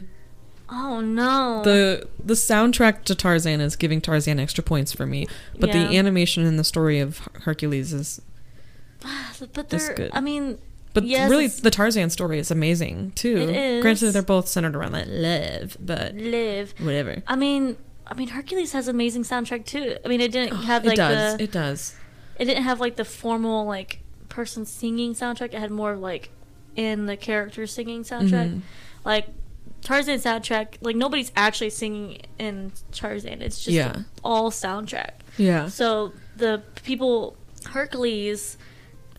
[SPEAKER 2] Oh no.
[SPEAKER 1] The the soundtrack to Tarzan is giving Tarzan extra points for me, but
[SPEAKER 2] Yeah.
[SPEAKER 1] the animation and the story of Her- Hercules is.
[SPEAKER 2] [SIGHS] but
[SPEAKER 1] that's
[SPEAKER 2] they're.
[SPEAKER 1] good.
[SPEAKER 2] I mean,
[SPEAKER 1] But
[SPEAKER 2] Yes,
[SPEAKER 1] really,
[SPEAKER 2] it's-
[SPEAKER 1] the Tarzan story is amazing too.
[SPEAKER 2] It
[SPEAKER 1] Granted,
[SPEAKER 2] is.
[SPEAKER 1] they're both centered around that love, but
[SPEAKER 2] live.
[SPEAKER 1] Uh, whatever.
[SPEAKER 2] I mean, I mean, Hercules has amazing soundtrack too. I mean,
[SPEAKER 1] [GASPS]
[SPEAKER 2] it didn't have like
[SPEAKER 1] Oh, it does.
[SPEAKER 2] the
[SPEAKER 1] It does.
[SPEAKER 2] it didn't have like the formal like person singing soundtrack. It had more of, like in the character singing soundtrack.
[SPEAKER 1] Mhm.
[SPEAKER 2] Like Tarzan soundtrack, like nobody's actually singing in Tarzan. It's just
[SPEAKER 1] Yeah.
[SPEAKER 2] all soundtrack.
[SPEAKER 1] Yeah.
[SPEAKER 2] So the people Hercules,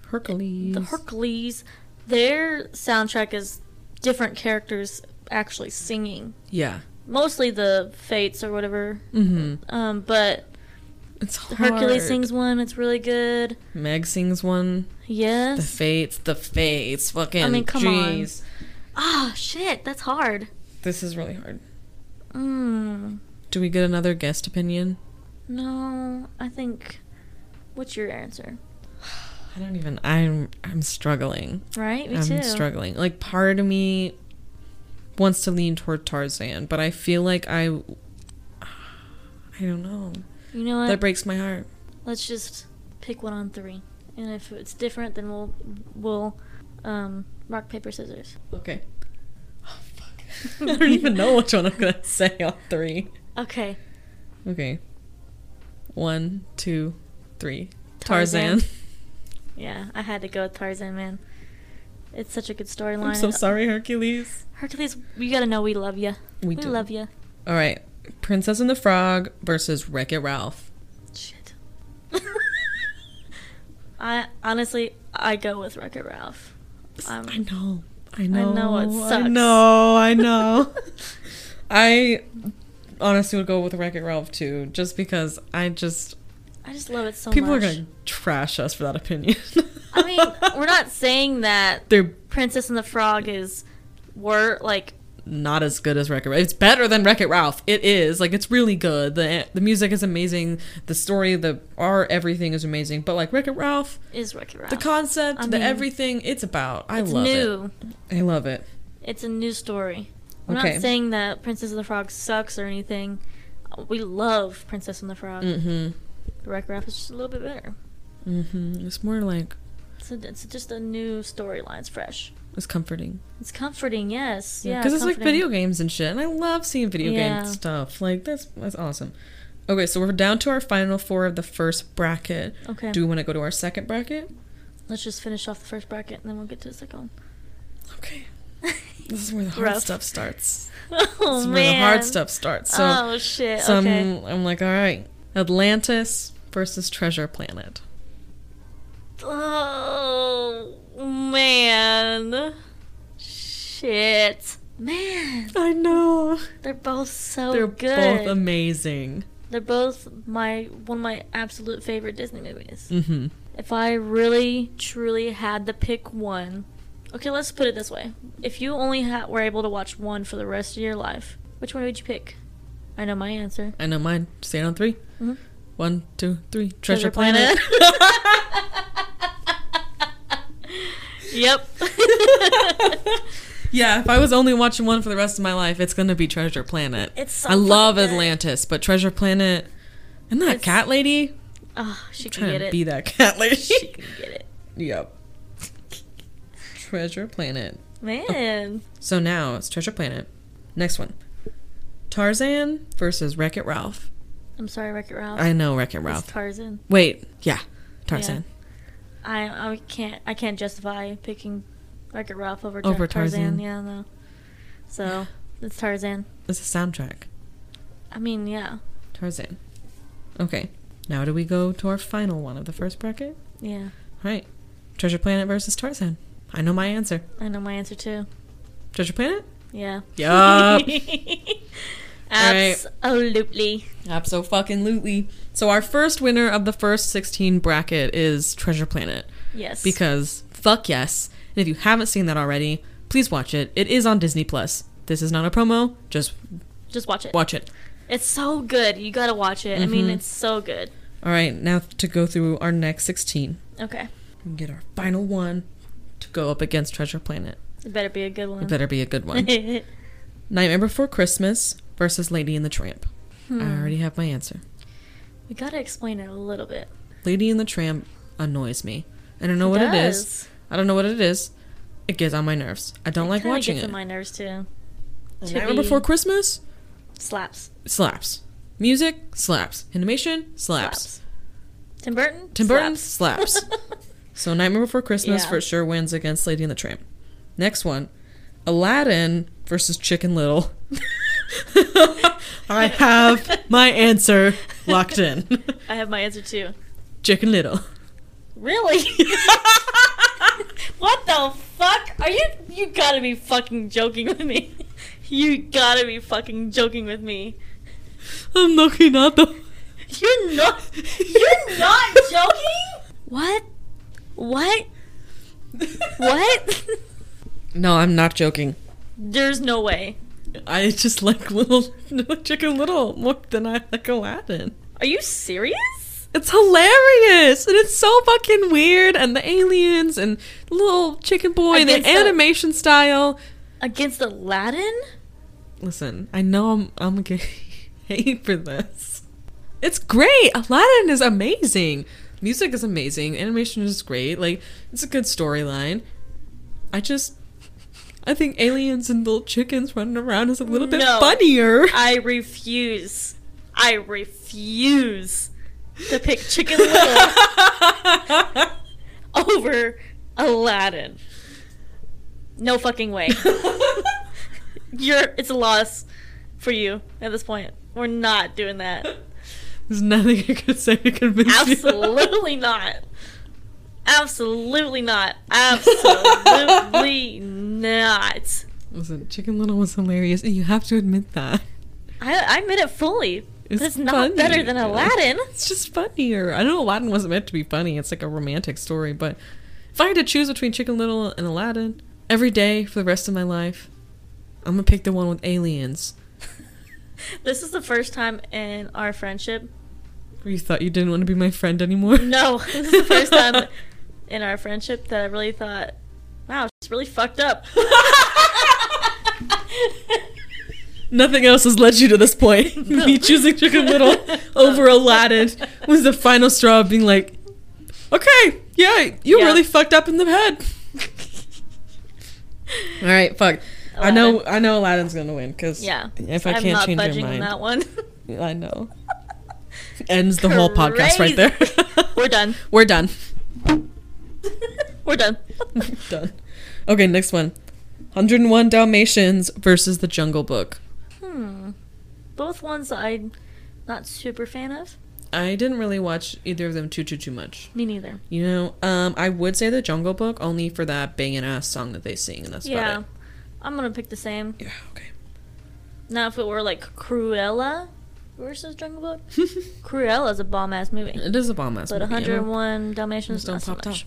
[SPEAKER 1] Hercules.
[SPEAKER 2] the Hercules, their soundtrack is different characters actually singing.
[SPEAKER 1] yeah.
[SPEAKER 2] Mostly the Fates or whatever.
[SPEAKER 1] Mm-hmm.
[SPEAKER 2] Um, but
[SPEAKER 1] It's hard.
[SPEAKER 2] Hercules sings one. It's really good.
[SPEAKER 1] Meg sings one. The
[SPEAKER 2] Yes.
[SPEAKER 1] fates. The fates. Fucking.
[SPEAKER 2] I mean, come on.
[SPEAKER 1] jeez.
[SPEAKER 2] Ah, shit. That's hard.
[SPEAKER 1] This is really hard.
[SPEAKER 2] Mm.
[SPEAKER 1] Do we get another guest opinion? [SIGHS]
[SPEAKER 2] No, I think. What's your answer?
[SPEAKER 1] I don't even. I'm. I'm struggling.
[SPEAKER 2] Right. Me
[SPEAKER 1] I'm
[SPEAKER 2] too.
[SPEAKER 1] struggling. Like part of me wants to lean toward Tarzan, but I feel like I. I don't know.
[SPEAKER 2] You know what?
[SPEAKER 1] That breaks my heart.
[SPEAKER 2] Let's just pick one on three, and if it's different, then we'll we'll um, rock paper scissors.
[SPEAKER 1] Okay. Oh fuck. [LAUGHS] I don't even know which one I'm gonna [LAUGHS] say on three.
[SPEAKER 2] Okay.
[SPEAKER 1] Okay. One, two, three.
[SPEAKER 2] Tarzan.
[SPEAKER 1] Tarzan.
[SPEAKER 2] Yeah, I had to go with Tarzan, man. It's such a good
[SPEAKER 1] [LAUGHS]
[SPEAKER 2] storyline.
[SPEAKER 1] I'm so sorry, Hercules.
[SPEAKER 2] Hercules, you gotta know we love you.
[SPEAKER 1] We do.
[SPEAKER 2] love you.
[SPEAKER 1] All right. Princess and the Frog versus Wreck It Ralph.
[SPEAKER 2] Shit. [LAUGHS] I honestly, I go with Wreck-It Ralph. Um,
[SPEAKER 1] I know. I know.
[SPEAKER 2] know it
[SPEAKER 1] I
[SPEAKER 2] sucks.
[SPEAKER 1] know. I
[SPEAKER 2] [LAUGHS]
[SPEAKER 1] know. I honestly would go with Wreck It Ralph too, just because I just.
[SPEAKER 2] I just love it so
[SPEAKER 1] people
[SPEAKER 2] much.
[SPEAKER 1] are going to trash us for that opinion. [LAUGHS]
[SPEAKER 2] I mean, we're not saying that
[SPEAKER 1] They're
[SPEAKER 2] Princess and the Frog is were like
[SPEAKER 1] not as good as Wreck It Ralph. It's better than Wreck It Ralph. It is like it's really good. the The music is amazing. The story, the art, everything is amazing. But like Wreck It Ralph,
[SPEAKER 2] is Wreck-It Ralph.
[SPEAKER 1] the concept,
[SPEAKER 2] Oh, I
[SPEAKER 1] the
[SPEAKER 2] mean,
[SPEAKER 1] everything, it's about. I
[SPEAKER 2] it's
[SPEAKER 1] love
[SPEAKER 2] new.
[SPEAKER 1] it. I love it.
[SPEAKER 2] It's a new story. We're
[SPEAKER 1] Okay.
[SPEAKER 2] not saying that Princess and the Frog sucks or anything. We love Princess and the Frog.
[SPEAKER 1] Mm
[SPEAKER 2] The Wreck-It Ralph is just a little bit better.
[SPEAKER 1] hmm. Mm hmm. It's more like
[SPEAKER 2] It's, a, it's just a new storyline. It's fresh.
[SPEAKER 1] it's comforting
[SPEAKER 2] It's comforting, yes. Yeah,
[SPEAKER 1] because it's like
[SPEAKER 2] comforting.
[SPEAKER 1] video games and shit, and I love seeing video
[SPEAKER 2] Yeah.
[SPEAKER 1] game stuff. Like that's that's awesome. Okay, so we're down to our final four of the first bracket.
[SPEAKER 2] Okay.
[SPEAKER 1] Do we want to go to our second bracket?
[SPEAKER 2] Let's just finish off the first bracket and then we'll get to the second
[SPEAKER 1] Okay.
[SPEAKER 2] one.
[SPEAKER 1] This is where the hard
[SPEAKER 2] Rough.
[SPEAKER 1] stuff starts.
[SPEAKER 2] [LAUGHS] oh,
[SPEAKER 1] this is
[SPEAKER 2] man.
[SPEAKER 1] where the hard stuff starts. So
[SPEAKER 2] oh, shit.
[SPEAKER 1] So I'm-
[SPEAKER 2] okay.
[SPEAKER 1] I'm, like, all right, Atlantis versus Treasure Planet.
[SPEAKER 2] Oh, man. Shit. Man.
[SPEAKER 1] I know.
[SPEAKER 2] They're both
[SPEAKER 1] [LAUGHS]
[SPEAKER 2] so
[SPEAKER 1] They're
[SPEAKER 2] Oh, good.
[SPEAKER 1] both amazing.
[SPEAKER 2] They're both my one of my absolute favorite Disney movies.
[SPEAKER 1] Mm-hmm.
[SPEAKER 2] If I really truly had to pick one, okay, let's put it this way: if you only ha- were able to watch one for the rest of your life, which one would you pick? I know my answer.
[SPEAKER 1] I know mine. Say it on three.
[SPEAKER 2] Mhm.
[SPEAKER 1] One, two, three. Treasure,
[SPEAKER 2] Treasure
[SPEAKER 1] Planet. [LAUGHS]
[SPEAKER 2] [LAUGHS] Yep.
[SPEAKER 1] [LAUGHS] yeah, if I was only watching one for the rest of my life, it's gonna be Treasure Planet.
[SPEAKER 2] It's so
[SPEAKER 1] I love
[SPEAKER 2] fucking good.
[SPEAKER 1] Atlantis, but Treasure Planet. Isn't that
[SPEAKER 2] It's-
[SPEAKER 1] cat lady?
[SPEAKER 2] oh, she can
[SPEAKER 1] Trying
[SPEAKER 2] get
[SPEAKER 1] to
[SPEAKER 2] it.
[SPEAKER 1] be that cat lady. [LAUGHS]
[SPEAKER 2] [LAUGHS] She can get it,
[SPEAKER 1] yep. Treasure Planet.
[SPEAKER 2] man.
[SPEAKER 1] So now it's Treasure Planet. Next one. Tarzan versus Wreck It Ralph.
[SPEAKER 2] I'm sorry, Wreck It Ralph.
[SPEAKER 1] I know Wreck It
[SPEAKER 2] Oh. It's
[SPEAKER 1] Ralph.
[SPEAKER 2] Tarzan.
[SPEAKER 1] Wait, yeah, Tarzan.
[SPEAKER 2] I I can't I can't justify picking Wreck-It Ralph over,
[SPEAKER 1] Over
[SPEAKER 2] over Tarzan.
[SPEAKER 1] Tarzan.
[SPEAKER 2] Yeah, no. So it's Tarzan.
[SPEAKER 1] It's a soundtrack.
[SPEAKER 2] I mean, yeah.
[SPEAKER 1] Tarzan. Okay. Now do we go to our final one of the first bracket?
[SPEAKER 2] Yeah,
[SPEAKER 1] All right. Treasure Planet versus Tarzan. I know my answer.
[SPEAKER 2] I know my answer too.
[SPEAKER 1] Treasure Planet?
[SPEAKER 2] Yeah. [LAUGHS]
[SPEAKER 1] [LAUGHS] Yup. right.
[SPEAKER 2] Absolutely.
[SPEAKER 1] Abso fucking lootly. So our first winner of the first 16 bracket is Treasure Planet
[SPEAKER 2] Yes.
[SPEAKER 1] because fuck yes. And if you haven't seen that already, please watch it. It is on Disney Plus. This is not a promo. Just
[SPEAKER 2] just watch it.
[SPEAKER 1] watch it.
[SPEAKER 2] It's so good. You gotta watch it. I
[SPEAKER 1] Mm-hmm.
[SPEAKER 2] mean, it's so good.
[SPEAKER 1] All right, now to go through our next 16
[SPEAKER 2] Okay.
[SPEAKER 1] and get our final one to go up against Treasure Planet.
[SPEAKER 2] It better be a good one.
[SPEAKER 1] It better be a good
[SPEAKER 2] [LAUGHS]
[SPEAKER 1] one. Nightmare Before Christmas versus Lady and the Tramp. I already have my answer.
[SPEAKER 2] we gotta explain it a little bit.
[SPEAKER 1] Lady and the Tramp annoys me. I don't know what it is.
[SPEAKER 2] does.
[SPEAKER 1] I don't know what it is. It gets on my nerves. I don't like
[SPEAKER 2] Kinda
[SPEAKER 1] watching
[SPEAKER 2] gets
[SPEAKER 1] it.
[SPEAKER 2] on my nerves too.
[SPEAKER 1] And
[SPEAKER 2] to
[SPEAKER 1] Nightmare
[SPEAKER 2] be-
[SPEAKER 1] Before Christmas
[SPEAKER 2] Slaps.
[SPEAKER 1] slaps. Music slaps. Animation slaps.
[SPEAKER 2] Slaps. Tim Burton.
[SPEAKER 1] Tim Burton slaps. so Nightmare Before Christmas
[SPEAKER 2] Yeah.
[SPEAKER 1] for sure wins against Lady and the Tramp. Next one, Aladdin versus Chicken Little. [LAUGHS] [LAUGHS] I have my answer locked
[SPEAKER 2] [LAUGHS]
[SPEAKER 1] in.
[SPEAKER 2] I have my answer too.
[SPEAKER 1] Chicken Little.
[SPEAKER 2] Really? [LAUGHS] what the fuck? Are you you gotta be fucking joking with me? [LAUGHS] You gotta be fucking joking with me.
[SPEAKER 1] I'm looking at the.
[SPEAKER 2] You're not You're not joking? What? What?
[SPEAKER 3] [LAUGHS]
[SPEAKER 2] What?
[SPEAKER 1] [LAUGHS] No, I'm not joking.
[SPEAKER 2] [LAUGHS] There's no way.
[SPEAKER 1] I just like little [LAUGHS] Chicken Little more than I like Aladdin.
[SPEAKER 2] Are you serious?
[SPEAKER 1] It's hilarious and it's so fucking weird and the aliens and little chicken boy and the
[SPEAKER 2] Against the-
[SPEAKER 1] animation style.
[SPEAKER 2] Against Aladdin?
[SPEAKER 1] Listen, I know I'm I'm getting [LAUGHS] hate for this. It's great. Aladdin is amazing. Music is amazing. Animation is great. Like it's a good storyline. I just I think aliens and little chickens running around is a little bit
[SPEAKER 2] No.
[SPEAKER 1] funnier.
[SPEAKER 2] I refuse. I refuse to pick Chicken Little over Aladdin. No fucking [LAUGHS] way. You're it's a loss for you at this point. We're not doing that.
[SPEAKER 1] [LAUGHS] There's nothing I could say to [LAUGHS] convince you.
[SPEAKER 2] Absolutely not. Absolutely not. Absolutely not.
[SPEAKER 1] Listen, Chicken Little was hilarious, and you have to admit that.
[SPEAKER 2] I, I admit it fully.
[SPEAKER 1] It's
[SPEAKER 2] But it's not
[SPEAKER 1] funny.
[SPEAKER 2] better than Aladdin.
[SPEAKER 1] It's just funnier. I know Aladdin wasn't meant to be funny. It's like a romantic story, but if I had to choose between Chicken Little and Aladdin every day for the rest of my life, I'm gonna pick the one with aliens.
[SPEAKER 2] This is the first time in our friendship.
[SPEAKER 1] You thought you didn't want to be my friend anymore?
[SPEAKER 2] No, this is the
[SPEAKER 1] [LAUGHS]
[SPEAKER 2] first time in our friendship that I really thought, wow, she's really fucked up.
[SPEAKER 1] Nothing else has led you to this point. [LAUGHS] Me choosing Chicken [LAUGHS] Little over Aladdin was the final straw of being like, okay, yeah, you
[SPEAKER 2] Yeah.
[SPEAKER 1] really fucked up in the head. [LAUGHS] All right, fuck. I know, I know, Aladdin's gonna win because
[SPEAKER 2] Yeah.
[SPEAKER 1] if I
[SPEAKER 2] I'm
[SPEAKER 1] can't
[SPEAKER 2] not
[SPEAKER 1] change
[SPEAKER 2] budging
[SPEAKER 1] your
[SPEAKER 2] on
[SPEAKER 1] mind,
[SPEAKER 2] that one. [LAUGHS]
[SPEAKER 1] I know. [LAUGHS] Ends the whole podcast right there. [LAUGHS]
[SPEAKER 2] We're done.
[SPEAKER 1] We're done.
[SPEAKER 2] We're done. [LAUGHS]
[SPEAKER 1] done. Okay, next one. 101 Dalmatians versus The Jungle Book.
[SPEAKER 2] Hmm. Both ones I'm not super fan of.
[SPEAKER 1] I didn't really watch either of them too too too much.
[SPEAKER 2] Me neither.
[SPEAKER 1] You know, um, I would say The Jungle Book only for that banging ass song that they sing, and that's
[SPEAKER 2] yeah.
[SPEAKER 1] about it.
[SPEAKER 2] I'm gonna pick the same.
[SPEAKER 1] Yeah. Okay.
[SPEAKER 2] Now, if it were like Cruella versus Jungle Book,
[SPEAKER 1] [LAUGHS]
[SPEAKER 2] Cruella's a bomb ass movie.
[SPEAKER 1] It is a bomb ass
[SPEAKER 2] But
[SPEAKER 1] movie. you know?
[SPEAKER 2] 101 Dalmatians
[SPEAKER 1] Just don't
[SPEAKER 2] not so
[SPEAKER 1] pop top.
[SPEAKER 2] much.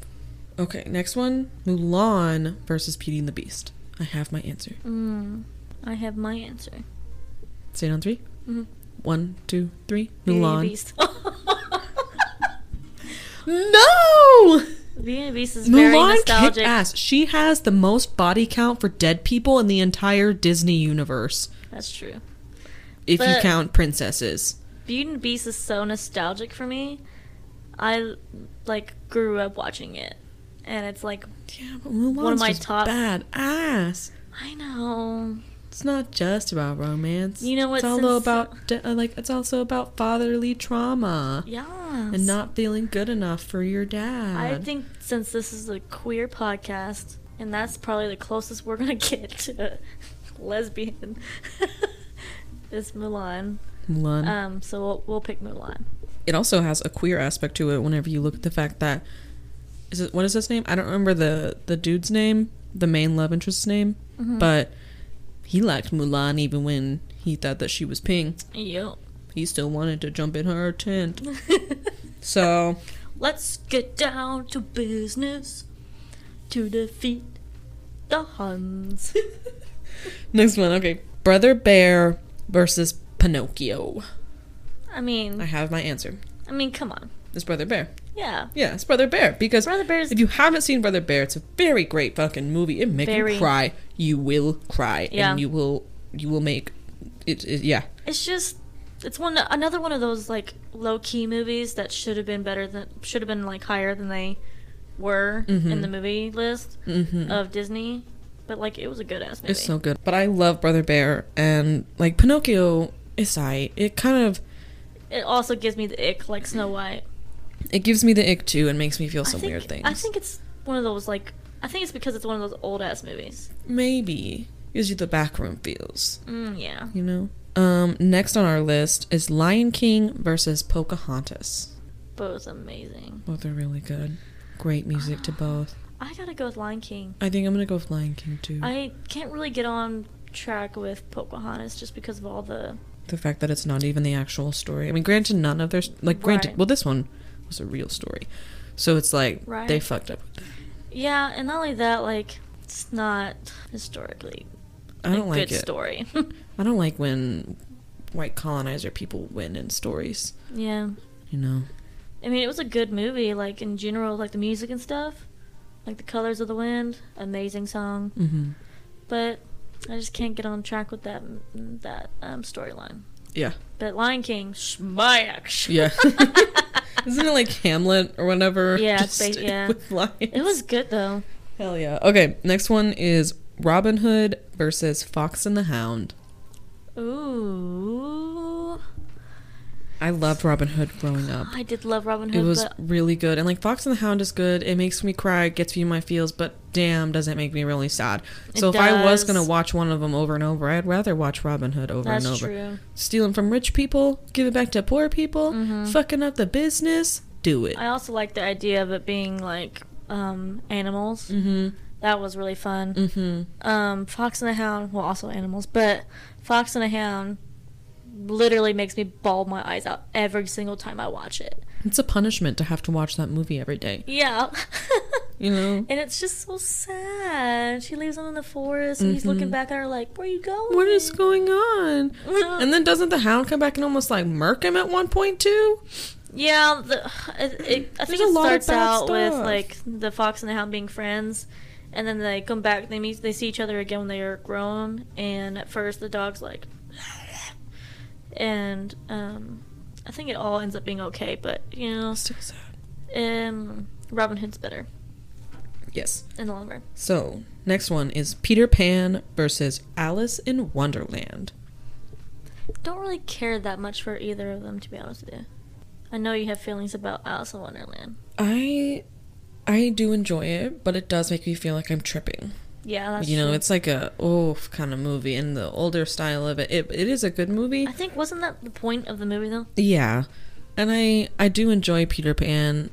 [SPEAKER 1] Okay, next one. Mulan versus Beauty and the Beast. I have my answer.
[SPEAKER 2] Mm, I have my answer.
[SPEAKER 1] Say it on three.
[SPEAKER 2] Mhm.
[SPEAKER 1] One, two, three.
[SPEAKER 2] Beauty and the
[SPEAKER 1] Mulan.
[SPEAKER 2] Beast. [LAUGHS]
[SPEAKER 1] No.
[SPEAKER 2] Beauty and the Beast is very
[SPEAKER 1] Mulan kicked
[SPEAKER 2] nostalgic.
[SPEAKER 1] ass. She has the most body count for dead people in the entire Disney universe,
[SPEAKER 2] That's true.
[SPEAKER 1] if you
[SPEAKER 2] But-
[SPEAKER 1] count princesses.
[SPEAKER 2] Beauty and the Beast is so nostalgic for me. I like grew up watching it, and it's like
[SPEAKER 1] Yeah, but Mulan's
[SPEAKER 2] One of my
[SPEAKER 1] just
[SPEAKER 2] top-
[SPEAKER 1] bad ass.
[SPEAKER 2] I know.
[SPEAKER 1] It's not just about romance.
[SPEAKER 2] You know what,
[SPEAKER 1] It's also
[SPEAKER 2] since-
[SPEAKER 1] about de- uh, like it's also about fatherly trauma
[SPEAKER 2] Yes.
[SPEAKER 1] and not feeling good enough for your dad.
[SPEAKER 2] I think since this is a queer podcast, and that's probably the closest we're gonna [LAUGHS] get to lesbian, [LAUGHS] is Mulan.
[SPEAKER 1] Mulan.
[SPEAKER 2] Um, so Um, we'll, we'll pick Mulan.
[SPEAKER 1] it also has a queer aspect to it whenever you look at the fact that is it what is his name? I don't remember the the dude's name, the main love interest's name,
[SPEAKER 2] Mm-hmm.
[SPEAKER 1] but he liked Mulan even when he thought that she was pink.
[SPEAKER 2] Yep.
[SPEAKER 1] He still wanted to jump in her tent. so
[SPEAKER 2] [LAUGHS] Let's get down to business to defeat the Huns. [LAUGHS]
[SPEAKER 1] next one, okay, Brother Bear versus Pinocchio.
[SPEAKER 2] I
[SPEAKER 1] I
[SPEAKER 2] mean,
[SPEAKER 1] have my answer.
[SPEAKER 2] I mean, come on.
[SPEAKER 1] It's Brother Bear.
[SPEAKER 2] Yeah.
[SPEAKER 1] Yeah, it's Brother Bear because
[SPEAKER 2] Brother Bear's
[SPEAKER 1] If you haven't seen Brother Bear, it's a very great fucking movie. It make
[SPEAKER 2] Very.
[SPEAKER 1] you cry. You will cry,
[SPEAKER 2] Yeah.
[SPEAKER 1] and you will you will make it. it yeah,
[SPEAKER 2] it's just it's one another one of those like low key movies that should have been better than should have been like higher than they were
[SPEAKER 1] Mm-hmm.
[SPEAKER 2] in the movie list of Disney, but like it was a good ass movie.
[SPEAKER 1] it's so good. But I love Brother Bear, and like Pinocchio, it's I. It kind of
[SPEAKER 2] it also gives me the ick like Snow White.
[SPEAKER 1] it gives me the ick too, and makes me feel
[SPEAKER 2] I
[SPEAKER 1] some
[SPEAKER 2] think,
[SPEAKER 1] weird things.
[SPEAKER 2] I think it's one of those like I think it's because it's one of those old ass movies.
[SPEAKER 1] maybe gives you the backroom feels.
[SPEAKER 2] Mm, yeah.
[SPEAKER 1] You know. Um, next on our list is Lion King versus Pocahontas.
[SPEAKER 2] Both amazing.
[SPEAKER 1] Both are really good. Great music to both.
[SPEAKER 2] I gotta go with Lion King.
[SPEAKER 1] I think I'm gonna go with Lion King too.
[SPEAKER 2] I can't really get on track with Pocahontas just because of all the
[SPEAKER 1] the fact that it's not even the actual story. I mean, granted, none of their like granted.
[SPEAKER 2] Right.
[SPEAKER 1] Well, this one was a real story, so it's like they
[SPEAKER 2] Right.
[SPEAKER 1] fucked up.
[SPEAKER 2] yeah, and not only that, like it's not historically
[SPEAKER 1] I don't
[SPEAKER 2] a
[SPEAKER 1] like
[SPEAKER 2] good
[SPEAKER 1] it. [LAUGHS]
[SPEAKER 2] story.
[SPEAKER 1] I don't like when white colonizer people win in stories.
[SPEAKER 2] yeah.
[SPEAKER 1] You know,
[SPEAKER 2] I mean, it was a good movie, like in general, like the music and stuff, like the colors of the wind, amazing song.
[SPEAKER 1] hmm
[SPEAKER 2] But I just can't get on track with that that um, storyline.
[SPEAKER 1] yeah,
[SPEAKER 2] But Lion King, smash! [LAUGHS]
[SPEAKER 1] yeah. Isn't it like Hamlet or whatever?
[SPEAKER 2] Yeah, it's ba- yeah.
[SPEAKER 1] With lions.
[SPEAKER 2] It was good though.
[SPEAKER 1] hell yeah. Okay, next one is Robin Hood versus Fox and the Hound.
[SPEAKER 2] Ooh,
[SPEAKER 1] I loved Robin Hood growing up.
[SPEAKER 2] I did love Robin
[SPEAKER 1] It
[SPEAKER 2] Hood,
[SPEAKER 1] was
[SPEAKER 2] but
[SPEAKER 1] really good. And like Fox and the Hound is good. It makes me cry, gets me in my feels, but damn, does it make me really sad. So if
[SPEAKER 2] It
[SPEAKER 1] I was
[SPEAKER 2] does.
[SPEAKER 1] going to watch one of them over and over, I'd rather watch Robin Hood over
[SPEAKER 2] that's
[SPEAKER 1] and over.
[SPEAKER 2] true.
[SPEAKER 1] Stealing from rich people, give it back to poor people, fucking up the business, do it.
[SPEAKER 2] Mm-hmm. I also like the idea of it being like um, animals. Mm-hmm. That was really fun.
[SPEAKER 1] Mm.
[SPEAKER 2] Mm-hmm. Um, Fox and the Hound, well, also animals, but Fox and the Hound literally makes me bawl my eyes out every single time I watch it.
[SPEAKER 1] it's a punishment to have to watch that movie every day.
[SPEAKER 2] Yeah. [LAUGHS]
[SPEAKER 1] You know?
[SPEAKER 2] and it's just so sad. She leaves him in the forest, and he's
[SPEAKER 1] Mm-hmm.
[SPEAKER 2] looking back at her like, "Where you going?
[SPEAKER 1] What is going on? And then doesn't the hound come back and almost like murk him at one point too?
[SPEAKER 2] Yeah, the, it, it, I think
[SPEAKER 1] a
[SPEAKER 2] it
[SPEAKER 1] lot of
[SPEAKER 2] starts
[SPEAKER 1] bad
[SPEAKER 2] out with
[SPEAKER 1] stuff.
[SPEAKER 2] like the fox and the hound being friends, and then they come back. They meet. They see each other again when they are grown. And at first, the dog's like, [LAUGHS] and um, I think it all ends up being okay. But you know,
[SPEAKER 1] Still sad.
[SPEAKER 2] um, Robin Hood's better
[SPEAKER 1] Yes.
[SPEAKER 2] in the long run.
[SPEAKER 1] So, next one is Peter Pan versus Alice in Wonderland.
[SPEAKER 2] Don't really care that much for either of them, to be honest with you. I know you have feelings about Alice in Wonderland.
[SPEAKER 1] I I do enjoy it, but it does make me feel like I'm tripping.
[SPEAKER 2] Yeah, that's
[SPEAKER 1] you know,
[SPEAKER 2] true.
[SPEAKER 1] it's like a oh kind of movie and the older style of it. It it is a good movie.
[SPEAKER 2] I think wasn't that the point of the movie though?
[SPEAKER 1] Yeah. And I I do enjoy Peter Pan,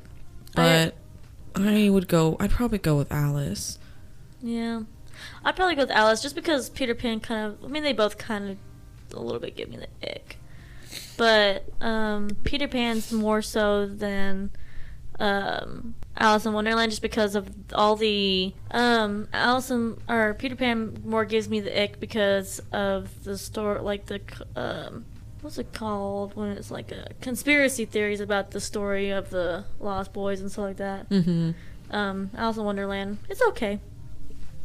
[SPEAKER 1] but I, would go I'd probably go with Alice.
[SPEAKER 2] Yeah. I'd probably go with Alice just because Peter Pan kind of I mean they both kind of a little bit give me the ick. But um Peter Pan's more so than um Alice in Wonderland just because of all the um Alice in, or Peter Pan more gives me the ick because of the store like the c- um what's it called when it's like a conspiracy theories about the story of the lost boys and stuff like that.
[SPEAKER 1] Mhm.
[SPEAKER 2] Um Alice in Wonderland it's okay.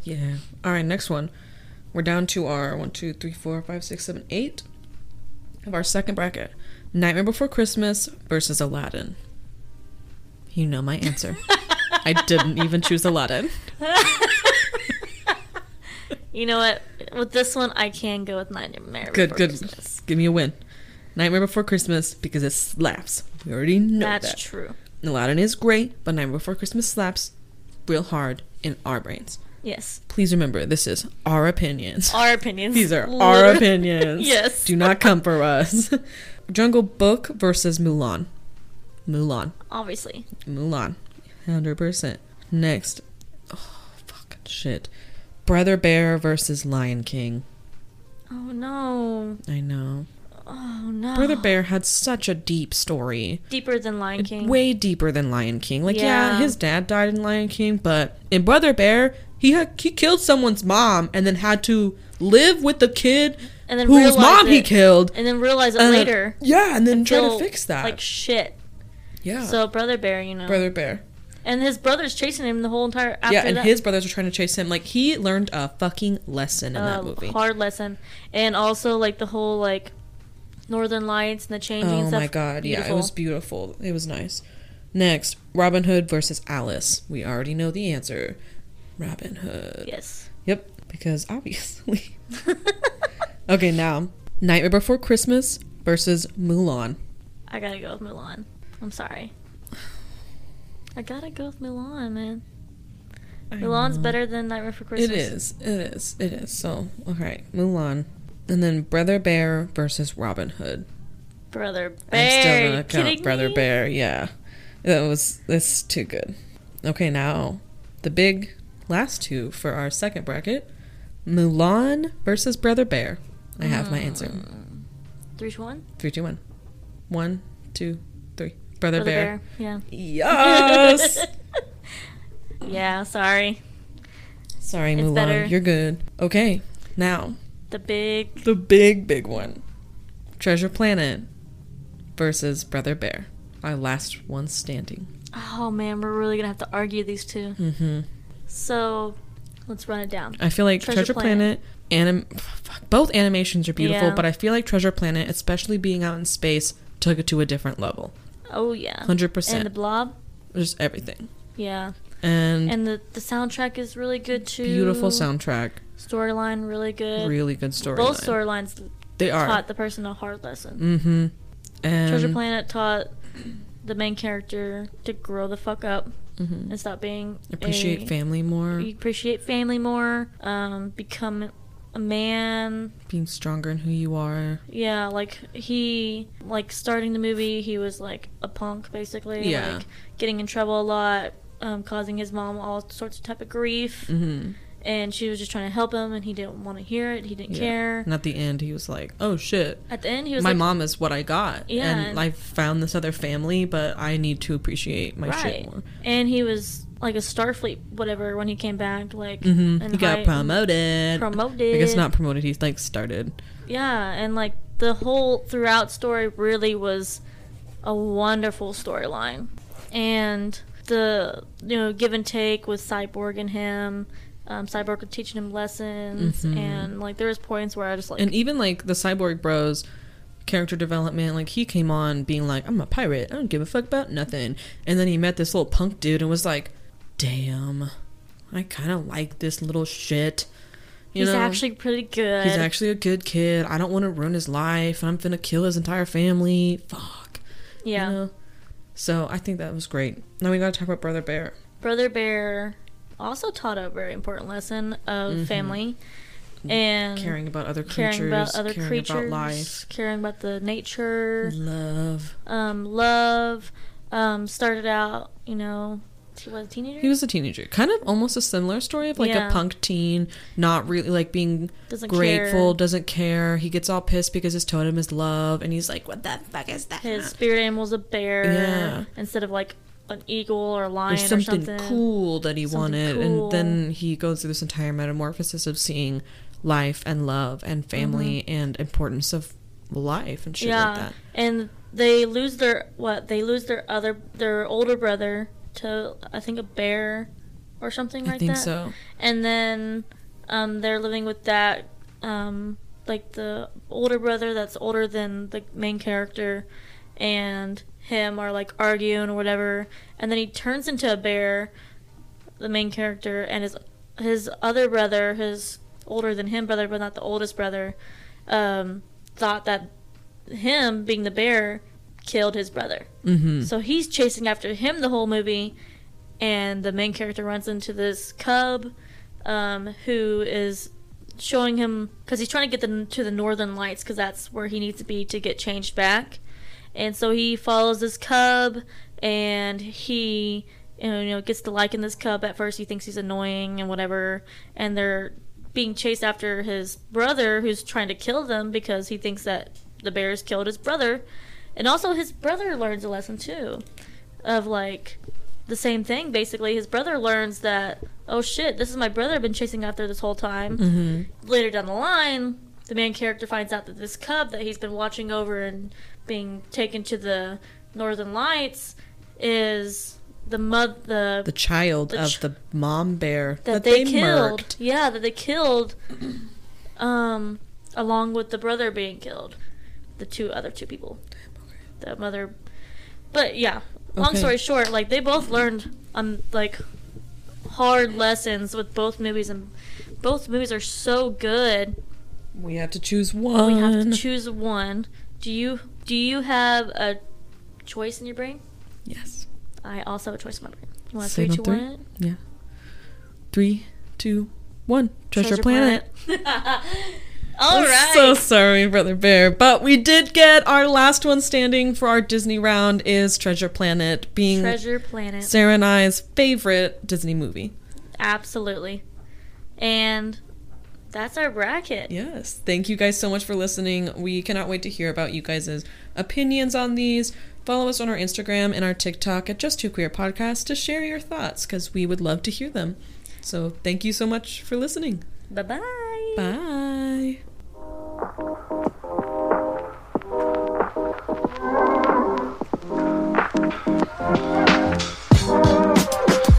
[SPEAKER 1] Yeah. All right, next one. We're down to our one, two, three, four, five, six, seven, eight of our second bracket. Nightmare Before Christmas versus Aladdin. You know my
[SPEAKER 2] [LAUGHS]
[SPEAKER 1] answer. I didn't even choose Aladdin.
[SPEAKER 2] You know what? With this one, I can go with Nightmare
[SPEAKER 1] Good,
[SPEAKER 2] Before
[SPEAKER 1] good.
[SPEAKER 2] Christmas.
[SPEAKER 1] Give me a win. Nightmare Before Christmas because it slaps. We already know
[SPEAKER 2] That's
[SPEAKER 1] that.
[SPEAKER 2] true.
[SPEAKER 1] Aladdin is great, but Nightmare Before Christmas slaps real hard in our brains.
[SPEAKER 2] Yes,
[SPEAKER 1] Please remember, this is our opinions.
[SPEAKER 2] our opinions.
[SPEAKER 1] These
[SPEAKER 2] [LAUGHS]
[SPEAKER 1] are our
[SPEAKER 2] Literally-
[SPEAKER 1] opinions. [LAUGHS]
[SPEAKER 2] Yes.
[SPEAKER 1] Do not come for us. Jungle Book versus Mulan. Mulan.
[SPEAKER 2] obviously.
[SPEAKER 1] Mulan. 100%. Next. Oh, fucking shit. Brother Bear versus Lion King.
[SPEAKER 2] Oh no.
[SPEAKER 1] I know.
[SPEAKER 2] Oh no.
[SPEAKER 1] Brother Bear had such a deep story.
[SPEAKER 2] Deeper than Lion King.
[SPEAKER 1] Way deeper than Lion King. Like, yeah.
[SPEAKER 2] Yeah.
[SPEAKER 1] his dad died in Lion King, but in Brother Bear, he had, he killed someone's mom and then had to live with the kid
[SPEAKER 2] And then
[SPEAKER 1] whose
[SPEAKER 2] realize
[SPEAKER 1] mom he
[SPEAKER 2] it.
[SPEAKER 1] killed.
[SPEAKER 2] and then realize it
[SPEAKER 1] and-
[SPEAKER 2] later.
[SPEAKER 1] Yeah, and then try to
[SPEAKER 2] Feel
[SPEAKER 1] fix that.
[SPEAKER 2] Like shit.
[SPEAKER 1] yeah.
[SPEAKER 2] So brother bear, you know.
[SPEAKER 1] Brother Bear.
[SPEAKER 2] And his brother's chasing him the whole entire after
[SPEAKER 1] yeah, and
[SPEAKER 2] that.
[SPEAKER 1] his brothers were trying to chase him. Like he learned a fucking lesson in that
[SPEAKER 2] um,
[SPEAKER 1] movie.
[SPEAKER 2] hard lesson. And also like the whole like Northern Lights and the changing
[SPEAKER 1] Oh
[SPEAKER 2] stuff.
[SPEAKER 1] my god, yeah, it was
[SPEAKER 2] Beautiful.
[SPEAKER 1] beautiful. It was nice. Next, Robin Hood versus Alice. We already know the answer. Robin Hood. [LAUGHS]
[SPEAKER 2] Yes.
[SPEAKER 1] Yep, because
[SPEAKER 2] [LAUGHS]
[SPEAKER 1] obviously. okay, now Nightmare Before Christmas versus Mulan.
[SPEAKER 2] I gotta go with Mulan. I'm sorry. I gotta go with Mulan, man.
[SPEAKER 1] I
[SPEAKER 2] Mulan's
[SPEAKER 1] know.
[SPEAKER 2] better than Nightmare for Christmas.
[SPEAKER 1] It is. It is. It is. So, all right, Mulan, and then Brother Bear versus Robin Hood.
[SPEAKER 2] Brother
[SPEAKER 1] I'm still
[SPEAKER 2] Bear.
[SPEAKER 1] gonna
[SPEAKER 2] you kidding
[SPEAKER 1] count Brother
[SPEAKER 2] me?
[SPEAKER 1] Bear. Yeah, that was that's too good. Okay, now the big last two for our second bracket: Mulan versus Brother Bear. I have my answer.
[SPEAKER 2] Hmm. Three to one.
[SPEAKER 1] Three, two, one. One, two, three. Brother,
[SPEAKER 2] Brother
[SPEAKER 1] Bear.
[SPEAKER 2] Bear. Yeah. [LAUGHS]
[SPEAKER 1] Yes.
[SPEAKER 2] yeah, sorry.
[SPEAKER 1] Sorry,
[SPEAKER 2] It's
[SPEAKER 1] Mulan.
[SPEAKER 2] better.
[SPEAKER 1] You're good. Okay, now
[SPEAKER 2] The big
[SPEAKER 1] the big, big one: Treasure Planet versus Brother Bear. Our last one standing.
[SPEAKER 2] Oh man, we're really gonna have to argue these two.
[SPEAKER 1] Mm-hmm.
[SPEAKER 2] So let's run it down.
[SPEAKER 1] I feel like Treasure,
[SPEAKER 2] Treasure
[SPEAKER 1] Planet, anim- fuck, both animations are beautiful,
[SPEAKER 2] Yeah.
[SPEAKER 1] but I feel like Treasure Planet, especially being out in space, took it to a different level.
[SPEAKER 2] Oh yeah.
[SPEAKER 1] 100%.
[SPEAKER 2] And the blob.
[SPEAKER 1] Just everything.
[SPEAKER 2] Yeah.
[SPEAKER 1] And,
[SPEAKER 2] And the, the soundtrack is really good too.
[SPEAKER 1] Mm. beautiful soundtrack,
[SPEAKER 2] Storyline really good.
[SPEAKER 1] really good storyline.
[SPEAKER 2] Both storylines
[SPEAKER 1] They are.
[SPEAKER 2] taught the person a hard lesson.
[SPEAKER 1] mm-hmm. And
[SPEAKER 2] Treasure Planet taught the main character to grow the fuck up and stop being
[SPEAKER 1] Mm-hmm. Appreciate
[SPEAKER 2] a-
[SPEAKER 1] family more,
[SPEAKER 2] You appreciate family more. Um, become a man.
[SPEAKER 1] being stronger in who you are.
[SPEAKER 2] Yeah, like he like starting the movie, he was like a punk basically.
[SPEAKER 1] Yeah.
[SPEAKER 2] Like getting in trouble a lot, um, causing his mom all sorts of type of grief,
[SPEAKER 1] Mm-hmm.
[SPEAKER 2] and she was just trying to help him, and he didn't want to hear it. He didn't care.
[SPEAKER 1] And at the end, he was like, oh shit.
[SPEAKER 2] At the end, he was
[SPEAKER 1] My
[SPEAKER 2] like,
[SPEAKER 1] mom is what I got,
[SPEAKER 2] Yeah,
[SPEAKER 1] and
[SPEAKER 2] and-
[SPEAKER 1] I found this other family, but I need to appreciate my shit
[SPEAKER 2] right,
[SPEAKER 1] more.
[SPEAKER 2] and he was like a Starfleet whatever when he came back, like
[SPEAKER 1] hmm
[SPEAKER 2] and
[SPEAKER 1] He got
[SPEAKER 2] high-
[SPEAKER 1] promoted. I
[SPEAKER 2] Promoted.
[SPEAKER 1] guess not promoted. He's like started.
[SPEAKER 2] Yeah, and like the whole throughout story really was a wonderful storyline. And the you know give and take with Cyborg and him, um, Cyborg was teaching him lessons,
[SPEAKER 1] Mhm.
[SPEAKER 2] and like there was points where I just like
[SPEAKER 1] And even like the Cyborg Bros character development, like he came on being like, I'm a pirate. I don't give a fuck about nothing. And then he met this little punk dude and was like, damn, I kind of like this little shit. You
[SPEAKER 2] he's
[SPEAKER 1] know?
[SPEAKER 2] actually pretty good.
[SPEAKER 1] He's actually a good kid. I don't want to ruin his life. I'm finna kill his entire family. Fuck. you
[SPEAKER 2] yeah,
[SPEAKER 1] know? So I think that was great. Now we gotta talk about Brother Bear.
[SPEAKER 2] Brother Bear also taught a very important lesson of family and
[SPEAKER 1] Mm-hmm. Caring about other creatures.
[SPEAKER 2] Mm-hmm. caring about other
[SPEAKER 1] caring
[SPEAKER 2] creatures,
[SPEAKER 1] about life. Mm-hmm.
[SPEAKER 2] caring about the nature.
[SPEAKER 1] Love.
[SPEAKER 2] um, love um, started out you know she was a teenager
[SPEAKER 1] He was a teenager. Kind of almost a similar story of like
[SPEAKER 2] Yeah.
[SPEAKER 1] a punk teen, not really like being
[SPEAKER 2] Doesn't
[SPEAKER 1] grateful,
[SPEAKER 2] care.
[SPEAKER 1] doesn't care. He gets all pissed because his totem is love, and he's like, "What the fuck is that?"
[SPEAKER 2] his spirit animal's a bear
[SPEAKER 1] Yeah.
[SPEAKER 2] instead of like an eagle or a lion
[SPEAKER 1] There's something,
[SPEAKER 2] or something
[SPEAKER 1] cool that he
[SPEAKER 2] Something
[SPEAKER 1] wanted,
[SPEAKER 2] cool.
[SPEAKER 1] and then he goes through this entire metamorphosis of seeing life and love and family and importance of life and shit
[SPEAKER 2] Mm-hmm. yeah
[SPEAKER 1] like that.
[SPEAKER 2] and they lose their what they lose their other their older brother to i think a bear or something like
[SPEAKER 1] I think
[SPEAKER 2] that
[SPEAKER 1] so.
[SPEAKER 2] and then um, they're living with that um, like the older brother that's older than the main character and him are like arguing or whatever and then he turns into a bear the main character and his his other brother his older than him brother but not the oldest brother um, thought that him being the bear killed his brother
[SPEAKER 1] Mm-hmm.
[SPEAKER 2] so he's chasing after him the whole movie, and the main character runs into this cub, um, who is showing him because he's trying to get the, to the northern lights because that's where he needs to be to get changed back, and so he follows this cub, and he you know gets to liking this cub. At first, he thinks he's annoying and whatever, and they're being chased after his brother, who's trying to kill them because he thinks that the bears killed his brother, and also his brother learns a lesson too, of like the same thing basically his brother learns that oh shit this is my brother i've been chasing after this whole time
[SPEAKER 1] Mm-hmm.
[SPEAKER 2] later down the line the main character finds out that this cub that he's been watching over and being taken to the northern lights is the mother the,
[SPEAKER 1] The child
[SPEAKER 2] The
[SPEAKER 1] of
[SPEAKER 2] ch-
[SPEAKER 1] the mom bear
[SPEAKER 2] that, they, killed
[SPEAKER 1] murked.
[SPEAKER 2] yeah that they killed um along with the brother being killed the two other two people the mother but yeah long
[SPEAKER 1] Okay.
[SPEAKER 2] story short like they both learned um like hard lessons with both movies and both movies are so good
[SPEAKER 1] We have to choose one.
[SPEAKER 2] we have to choose one do you do you have a choice in your brain
[SPEAKER 1] Yes.
[SPEAKER 2] i also have a choice in my brain you want
[SPEAKER 1] Say no
[SPEAKER 2] three two
[SPEAKER 1] three?
[SPEAKER 2] one
[SPEAKER 1] Yeah. Three, two, one. Treasure, Planet.
[SPEAKER 2] [LAUGHS] all
[SPEAKER 1] I'm
[SPEAKER 2] right
[SPEAKER 1] So sorry, Brother Bear, but we did get our last one standing for our Disney round is Treasure Planet, being
[SPEAKER 2] Treasure Planet.
[SPEAKER 1] Sarah and I's favorite Disney movie.
[SPEAKER 2] Absolutely. And that's our bracket.
[SPEAKER 1] Yes. Thank you guys so much for listening. We cannot wait to hear about you guys' opinions on these. Follow us on our Instagram and our TikTok at Just Two Queer Podcast to share your thoughts because we would love to hear them. So thank you so much for listening.
[SPEAKER 2] Bye-bye.
[SPEAKER 1] Bye.
[SPEAKER 4] Thank